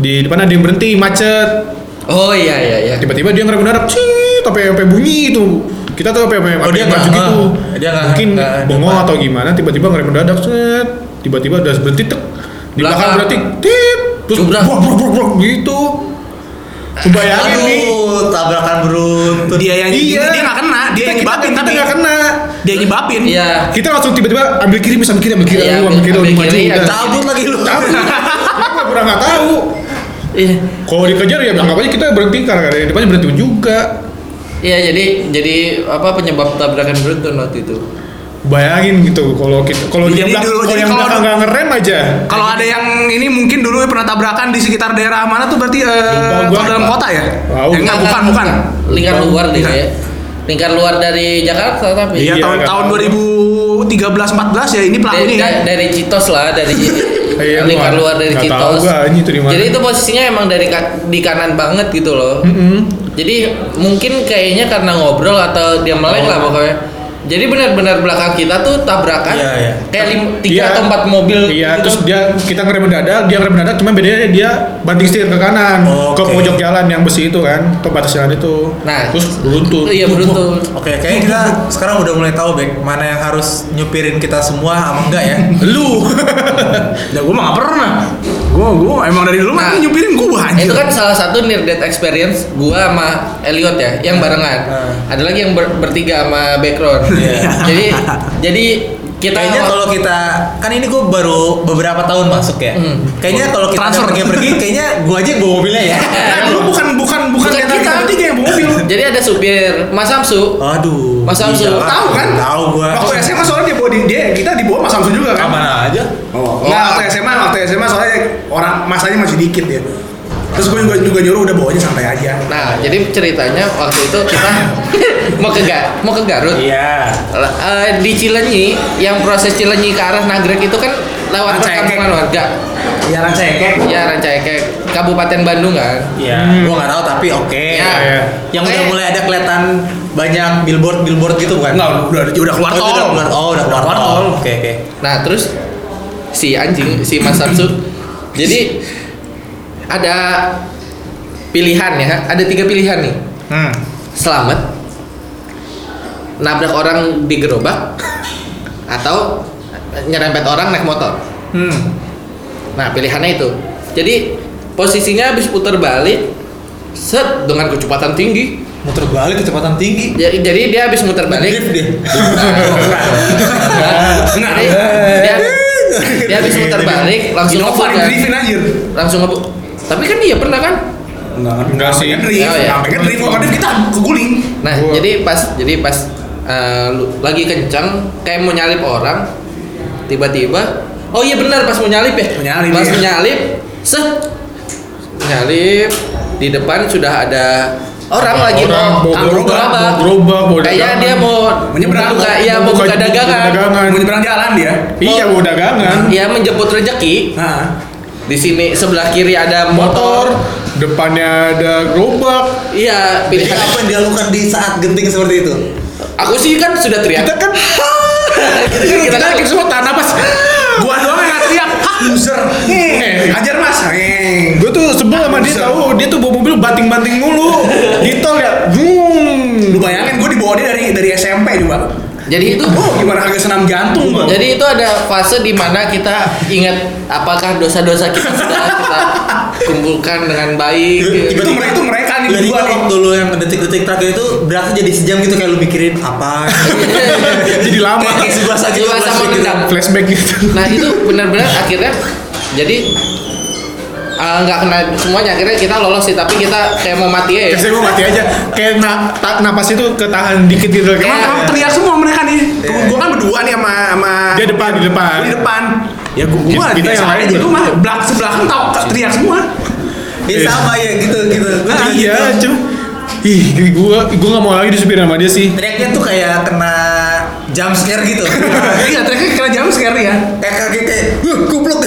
Di depan ada yang berhenti, macet.
Oh iya iya iya.
Tiba-tiba dia ngerap-ngerap, cih, sampai sampai bunyi itu. Kita tuh sampai sampai
Oh, dia
sampai maju
nggak-
gitu.
ah, dia nggak-
Mungkin
nggak
bengong
depan.
atau gimana, tiba-tiba ngerem mendadak, set. Tiba-tiba udah berhenti tek. Di belakang
Belakang.
berhenti, tip. Terus
Jubrak.
brok brok brok brok gitu. Lu bayangin nih.
Aduh, tabrakan beruntun.
Dia yang
Iya.
dia nggak kena, dia, yang nyebabin
kita
tapi
nggak kena.
dia yang nyebabin.
Iya.
Kita langsung tiba-tiba ambil kiri, bisa ambil kiri, ambil kiri,
Iya,
ambil kiri, ambil
ambil
maju,
kiri,
udah.
ambil
Cabut lagi lu.
Cabut. Kita pernah nggak tahu.
Iya.
Kalau dikejar ya nggak aja kita berhenti karena di depannya berhenti juga.
Iya, jadi jadi apa penyebab tabrakan beruntun waktu itu?
Bayangin gitu kalau kita kalau dia
Jadi
belakang
dulu-
kalau
jadi
yang
kalau-
belakang nggak ngerem aja.
Kalau ada yang ini mungkin dulu pernah tabrakan di sekitar daerah mana tuh berarti eh,
Lupa gua.
tol dalam kota ya?
Tahu. Iya,
Eh, enggak, bukan, bukan.
Lingkar
Bukan.
luar deh ya. Lingkar luar dari Jakarta tapi.
Iya,
Iya,
tahun
nggak
tahun
tahu.
2013 14 ya ini
dari,
pelakunya ya.
da- dari Citos lah dari
Iya,
dari
luar.
keluar dari
Nggak
Citos.
tahu gua, anjing itu di mana.
Jadi itu posisinya emang dari ka- di kanan banget gitu loh.
Mm-mm.
Jadi mungkin kayaknya karena ngobrol atau dia melek lah
Oh.
pokoknya. Jadi benar-benar belakang kita tuh tabrakan
Iya, iya.
kayak lim- tiga
Iya.
atau empat mobil.
Iya,
gitu.
terus dia kita ngerem mendadak, dia ngerem mendadak, cuma bedanya dia banting setir ke kanan, ke
Oke.
pojok jalan yang besi itu kan, ke batas jalan itu.
Nah,
terus beruntun.
Iya beruntun.
Oke, kayaknya kita sekarang udah mulai tahu Bek, mana yang harus nyupirin kita semua sama enggak ya?
Lu.
Ya gua mah nggak pernah. Gua gua emang dari dulu mah
Nah,
nyupirin gua anjir.
Itu kan salah satu near death experience gua sama Elliot ya,
Iya.
yang barengan. Ada lagi yang ber- bertiga sama background.
Iya.
jadi jadi kita
Kayaknya
awal-
kalau kita kan ini gue baru beberapa tahun masuk ya.
Hmm.
Kayaknya kalau kita
Transfer.
pergi pergi kayaknya gue aja yang bawa mobilnya ya.
Nah,
Lu bukan bukan bukan
Bukan
kita
kita.
kita bertiga yang bawa mobil. Oh.
Jadi ada supir Mas Samsu.
Aduh.
Mas Samsul,
iyalah,
tahu kan?
Tahu gue.
Waktu SMA soalnya dia bawa di- dia kita dibawa Mas Samsu juga kan.
Mana aja?
Oh,
Nah,
nggak, waktu SMA, waktu SMA soalnya orang masanya masih dikit ya. Terus gue juga, juga nyuruh udah bawanya santai aja.
Nah, jadi ceritanya waktu itu kita mau ke Ga- mau ke Garut.
Iya.
Lah, eh, di Cilenyi, yang proses Cilenyi ke arah Nagrek itu kan lewat
Rancaikek.
perkampungan warga.
Ya rancakek.
Ya Rancaikek, Kabupaten Bandung kan.
Iya. Gue nggak tahu tapi oke.
Ya.
Iya.
Yang udah
Eh.
mulai ada kelihatan banyak billboard billboard gitu bukan?
Enggak, udah udah keluar
Oh, itu
tol.
udah keluar. Oh, udah keluar
keluar
tol.
tol.
Oke, oke.
Nah terus si anjing si Mas Samsu, jadi ada pilihan ya, ada tiga pilihan nih.
Hmm.
Selamat, nabrak orang di gerobak, atau nyerempet orang naik motor.
Hmm.
Nah pilihannya itu. Jadi posisinya habis putar balik, set dengan kecepatan tinggi.
Muter balik kecepatan tinggi.
Jadi, jadi dia habis muter balik.
Drift deh.
Nah, jadi dia, dia habis muter balik langsung
Innova
ngebut kan.
di-driven anjir.
langsung ngebut Tapi kan dia pernah kan?
Enggak sih.
Oh,
Drift,
iya.
sampai ke drift, kalau drift kita keguling.
Nah,
Gua-
jadi pas jadi pas eh, lu- lagi kencang kayak mau nyalip orang tiba-tiba Oh iya benar pas mau nyalip ya.
Mau nyalip,
pas
iya.
mau nyalip, set nyalip di depan sudah ada orang lagi
orang,
mau
mau
ambil
gerobak,
gerobak.
mau gerobak, mau
Kayak
dagangan.
dia mau
Menyeberang,
buka, iya
mau
mau buka,
buka-
dagangan.
dagangan.
Mau nyeberang jalan dia.
Iya, mau dagangan.
Iya menjemput rezeki.
Nah,
Di sini sebelah kiri ada
Motor,
motor.
depannya ada gerobak.
Iya, pilihan
apa yang dilakukan di saat genting seperti itu?
Aku sih kan sudah teriak.
Kita kan
Kita kan- kita kan-
semua tanah pas.
gua doang yang teriak, hah loser. Heh, ajar mas. Heh.
Gue Eh, tuh sebel sama dia tahu dia tuh bawa mobil banting-banting mulu. Di tol ya. Hmm.
Lu bayangin gua dibawa dia dari dari SMP juga.
Jadi itu
Oh, gimana harga senam jantung gua.
Jadi itu ada fase di mana kita ingat apakah dosa-dosa kita sudah kita kumpulkan dengan baik. gitu.
Itu mereka itu mereka nih berdua
Tiba-tiba
nih.
waktu lu yang detik-detik terakhir itu berasa jadi sejam gitu kayak lu mikirin apa?
Jadi lama.
Iya.
Kayak sebuah sakit
Jiwa sama
gitu.
dendam.
Flashback gitu.
Nah itu benar-benar akhirnya jadi eh, nggak kena semuanya akhirnya kita lolos sih tapi kita kayak mau mati ya.
Kasih gue mati aja. Kayak na ta- napas itu ketahan dikit gitu.
Emang
Kayak,
emang teriak semua mereka nih. Temen gua kan berdua nih sama sama
dia depan, di depan.
gua di depan. Ya gua gua
Kita- kita
biasa
yang lain
aja
ber-
gua mah belak sebelah kan tau teriak semua.
Iya sama ya gitu gitu. Gua
Ah,
juga
iya,
gitu.
cuy. Ih, gue gue gak mau lagi disupir sama dia sih.
Teriaknya tuh kayak kena jump scare gitu.
Iya, teriaknya kena jam scare ya.
kayak kaget kayak, "Huh, goblok."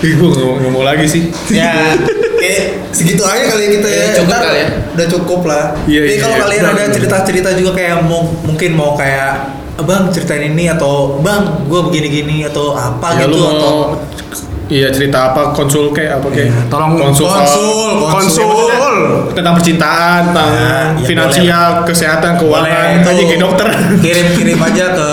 Ih, gue gak, mau lagi sih.
ya, kayak segitu aja kali kita
Ya,
ya.
cukup
Ntar
kali ya.
Udah cukup lah.
Iya,
Jadi
iya,
kalau
iya.
kalian
Udah,
ada
udah.
cerita-cerita juga kayak mau mungkin mau kayak Bang ceritain ini atau Bang gue begini-gini atau apa
Ya,
gitu
lu mau-
atau
Iya cerita apa konsul kayak apa kayak
tolong
konsul, soal-
konsul, konsul.
konsul. tentang percintaan tentang
ya
finansial kesehatan keuangan
Boleh,
aja
tuh.
kayak dokter
kirim kirim aja ke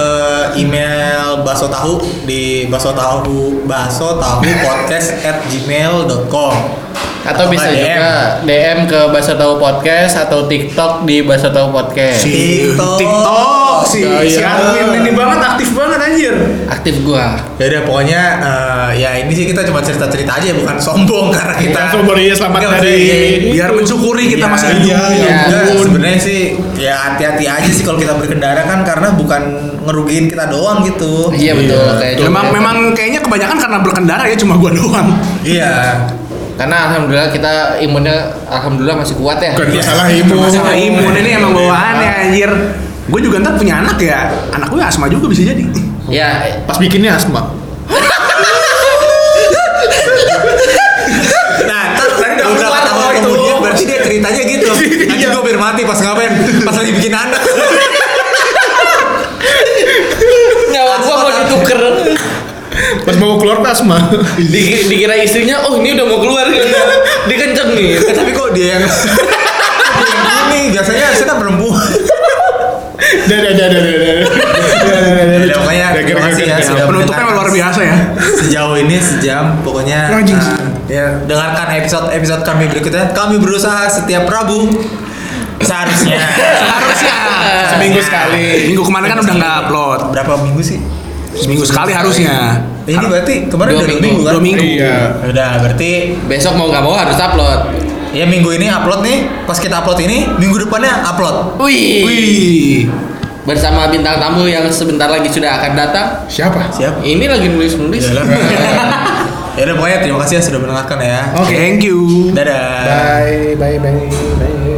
email baso tahu di baso tahu baso tahu podcast at gmail.com
Atau bisa
ya?
juga DM ke Bahasa Tahu Podcast atau TikTok di Bahasa Tahu Podcast.
TikTok.
TikTok si
Ya,
si
iya.
admin ini banget aktif banget anjir.
Aktif gua.
Ya udah pokoknya eh, ya ini sih kita cuma cerita cerita aja ya bukan sombong karena kita
Bukan sombong, iya, selamat
Nggak,
dari-
maksudnya, iya,
Biar mensyukuri kita masih
Iya,
hidup.
iya,
Ya,
enggak,
ampun.
sebenarnya sih ya hati-hati aja sih kalau kita berkendara kan karena bukan ngerugiin kita doang gitu.
Iya betul kayak gitu.
Memang memang kayaknya kebanyakan karena berkendara ya cuma gua doang.
Iya.
karena alhamdulillah kita imunnya alhamdulillah masih kuat ya.
bukan masalah
Iya.
imun
Masalah imun ini emang bawaan ya anjir. Gue juga ntar punya anak ya, anak gue asma juga bisa jadi.
Ya,
pas bikinnya asma
Nah, terus
Tadi udah
beberapa
keluar
tahun
kalau itu.
kemudian berarti dia ceritanya gitu. Nanti gue biar mati pas ngapain? Pas lagi bikin anak.
nyawa gua mau ditukar
pas mau keluar tuh asma
Di- dikira istrinya oh ini udah mau keluar dia kenceng nih
Eh, Tapi kok dia yang dia yang gini? Biasanya kita perempuan.
dan dan dan dan iya,
Ya, pokoknya terima kasih
Eh,
ya sudah
Penutupnya
mendengarkan
luar biasa ya.
Sejauh ini sejam pokoknya
Anjing.
eh, ya dengarkan episode-episode kami berikutnya. Kami berusaha setiap Rabu seharusnya.
Harusnya
Seminggu sekali.
Minggu kemarin kan udah nggak upload.
Berapa minggu sih?
Seminggu sekali harusnya.
Ini berarti kemarin
Dua
udah dua
minggu.
minggu kan?
Dua minggu.
iya
Udah berarti
besok mau nggak mau harus upload
ya minggu ini upload nih. Pas kita upload ini minggu depannya upload.
wih,
Wih.
bersama bintang tamu yang sebentar lagi sudah akan datang
siapa
Siap.
ini lagi nulis nulis
Yalah. ya
Oh.
udah pokoknya terima kasih ya sudah mendengarkan ya.
Oke, thank you.
Dadah.
bye bye bye bye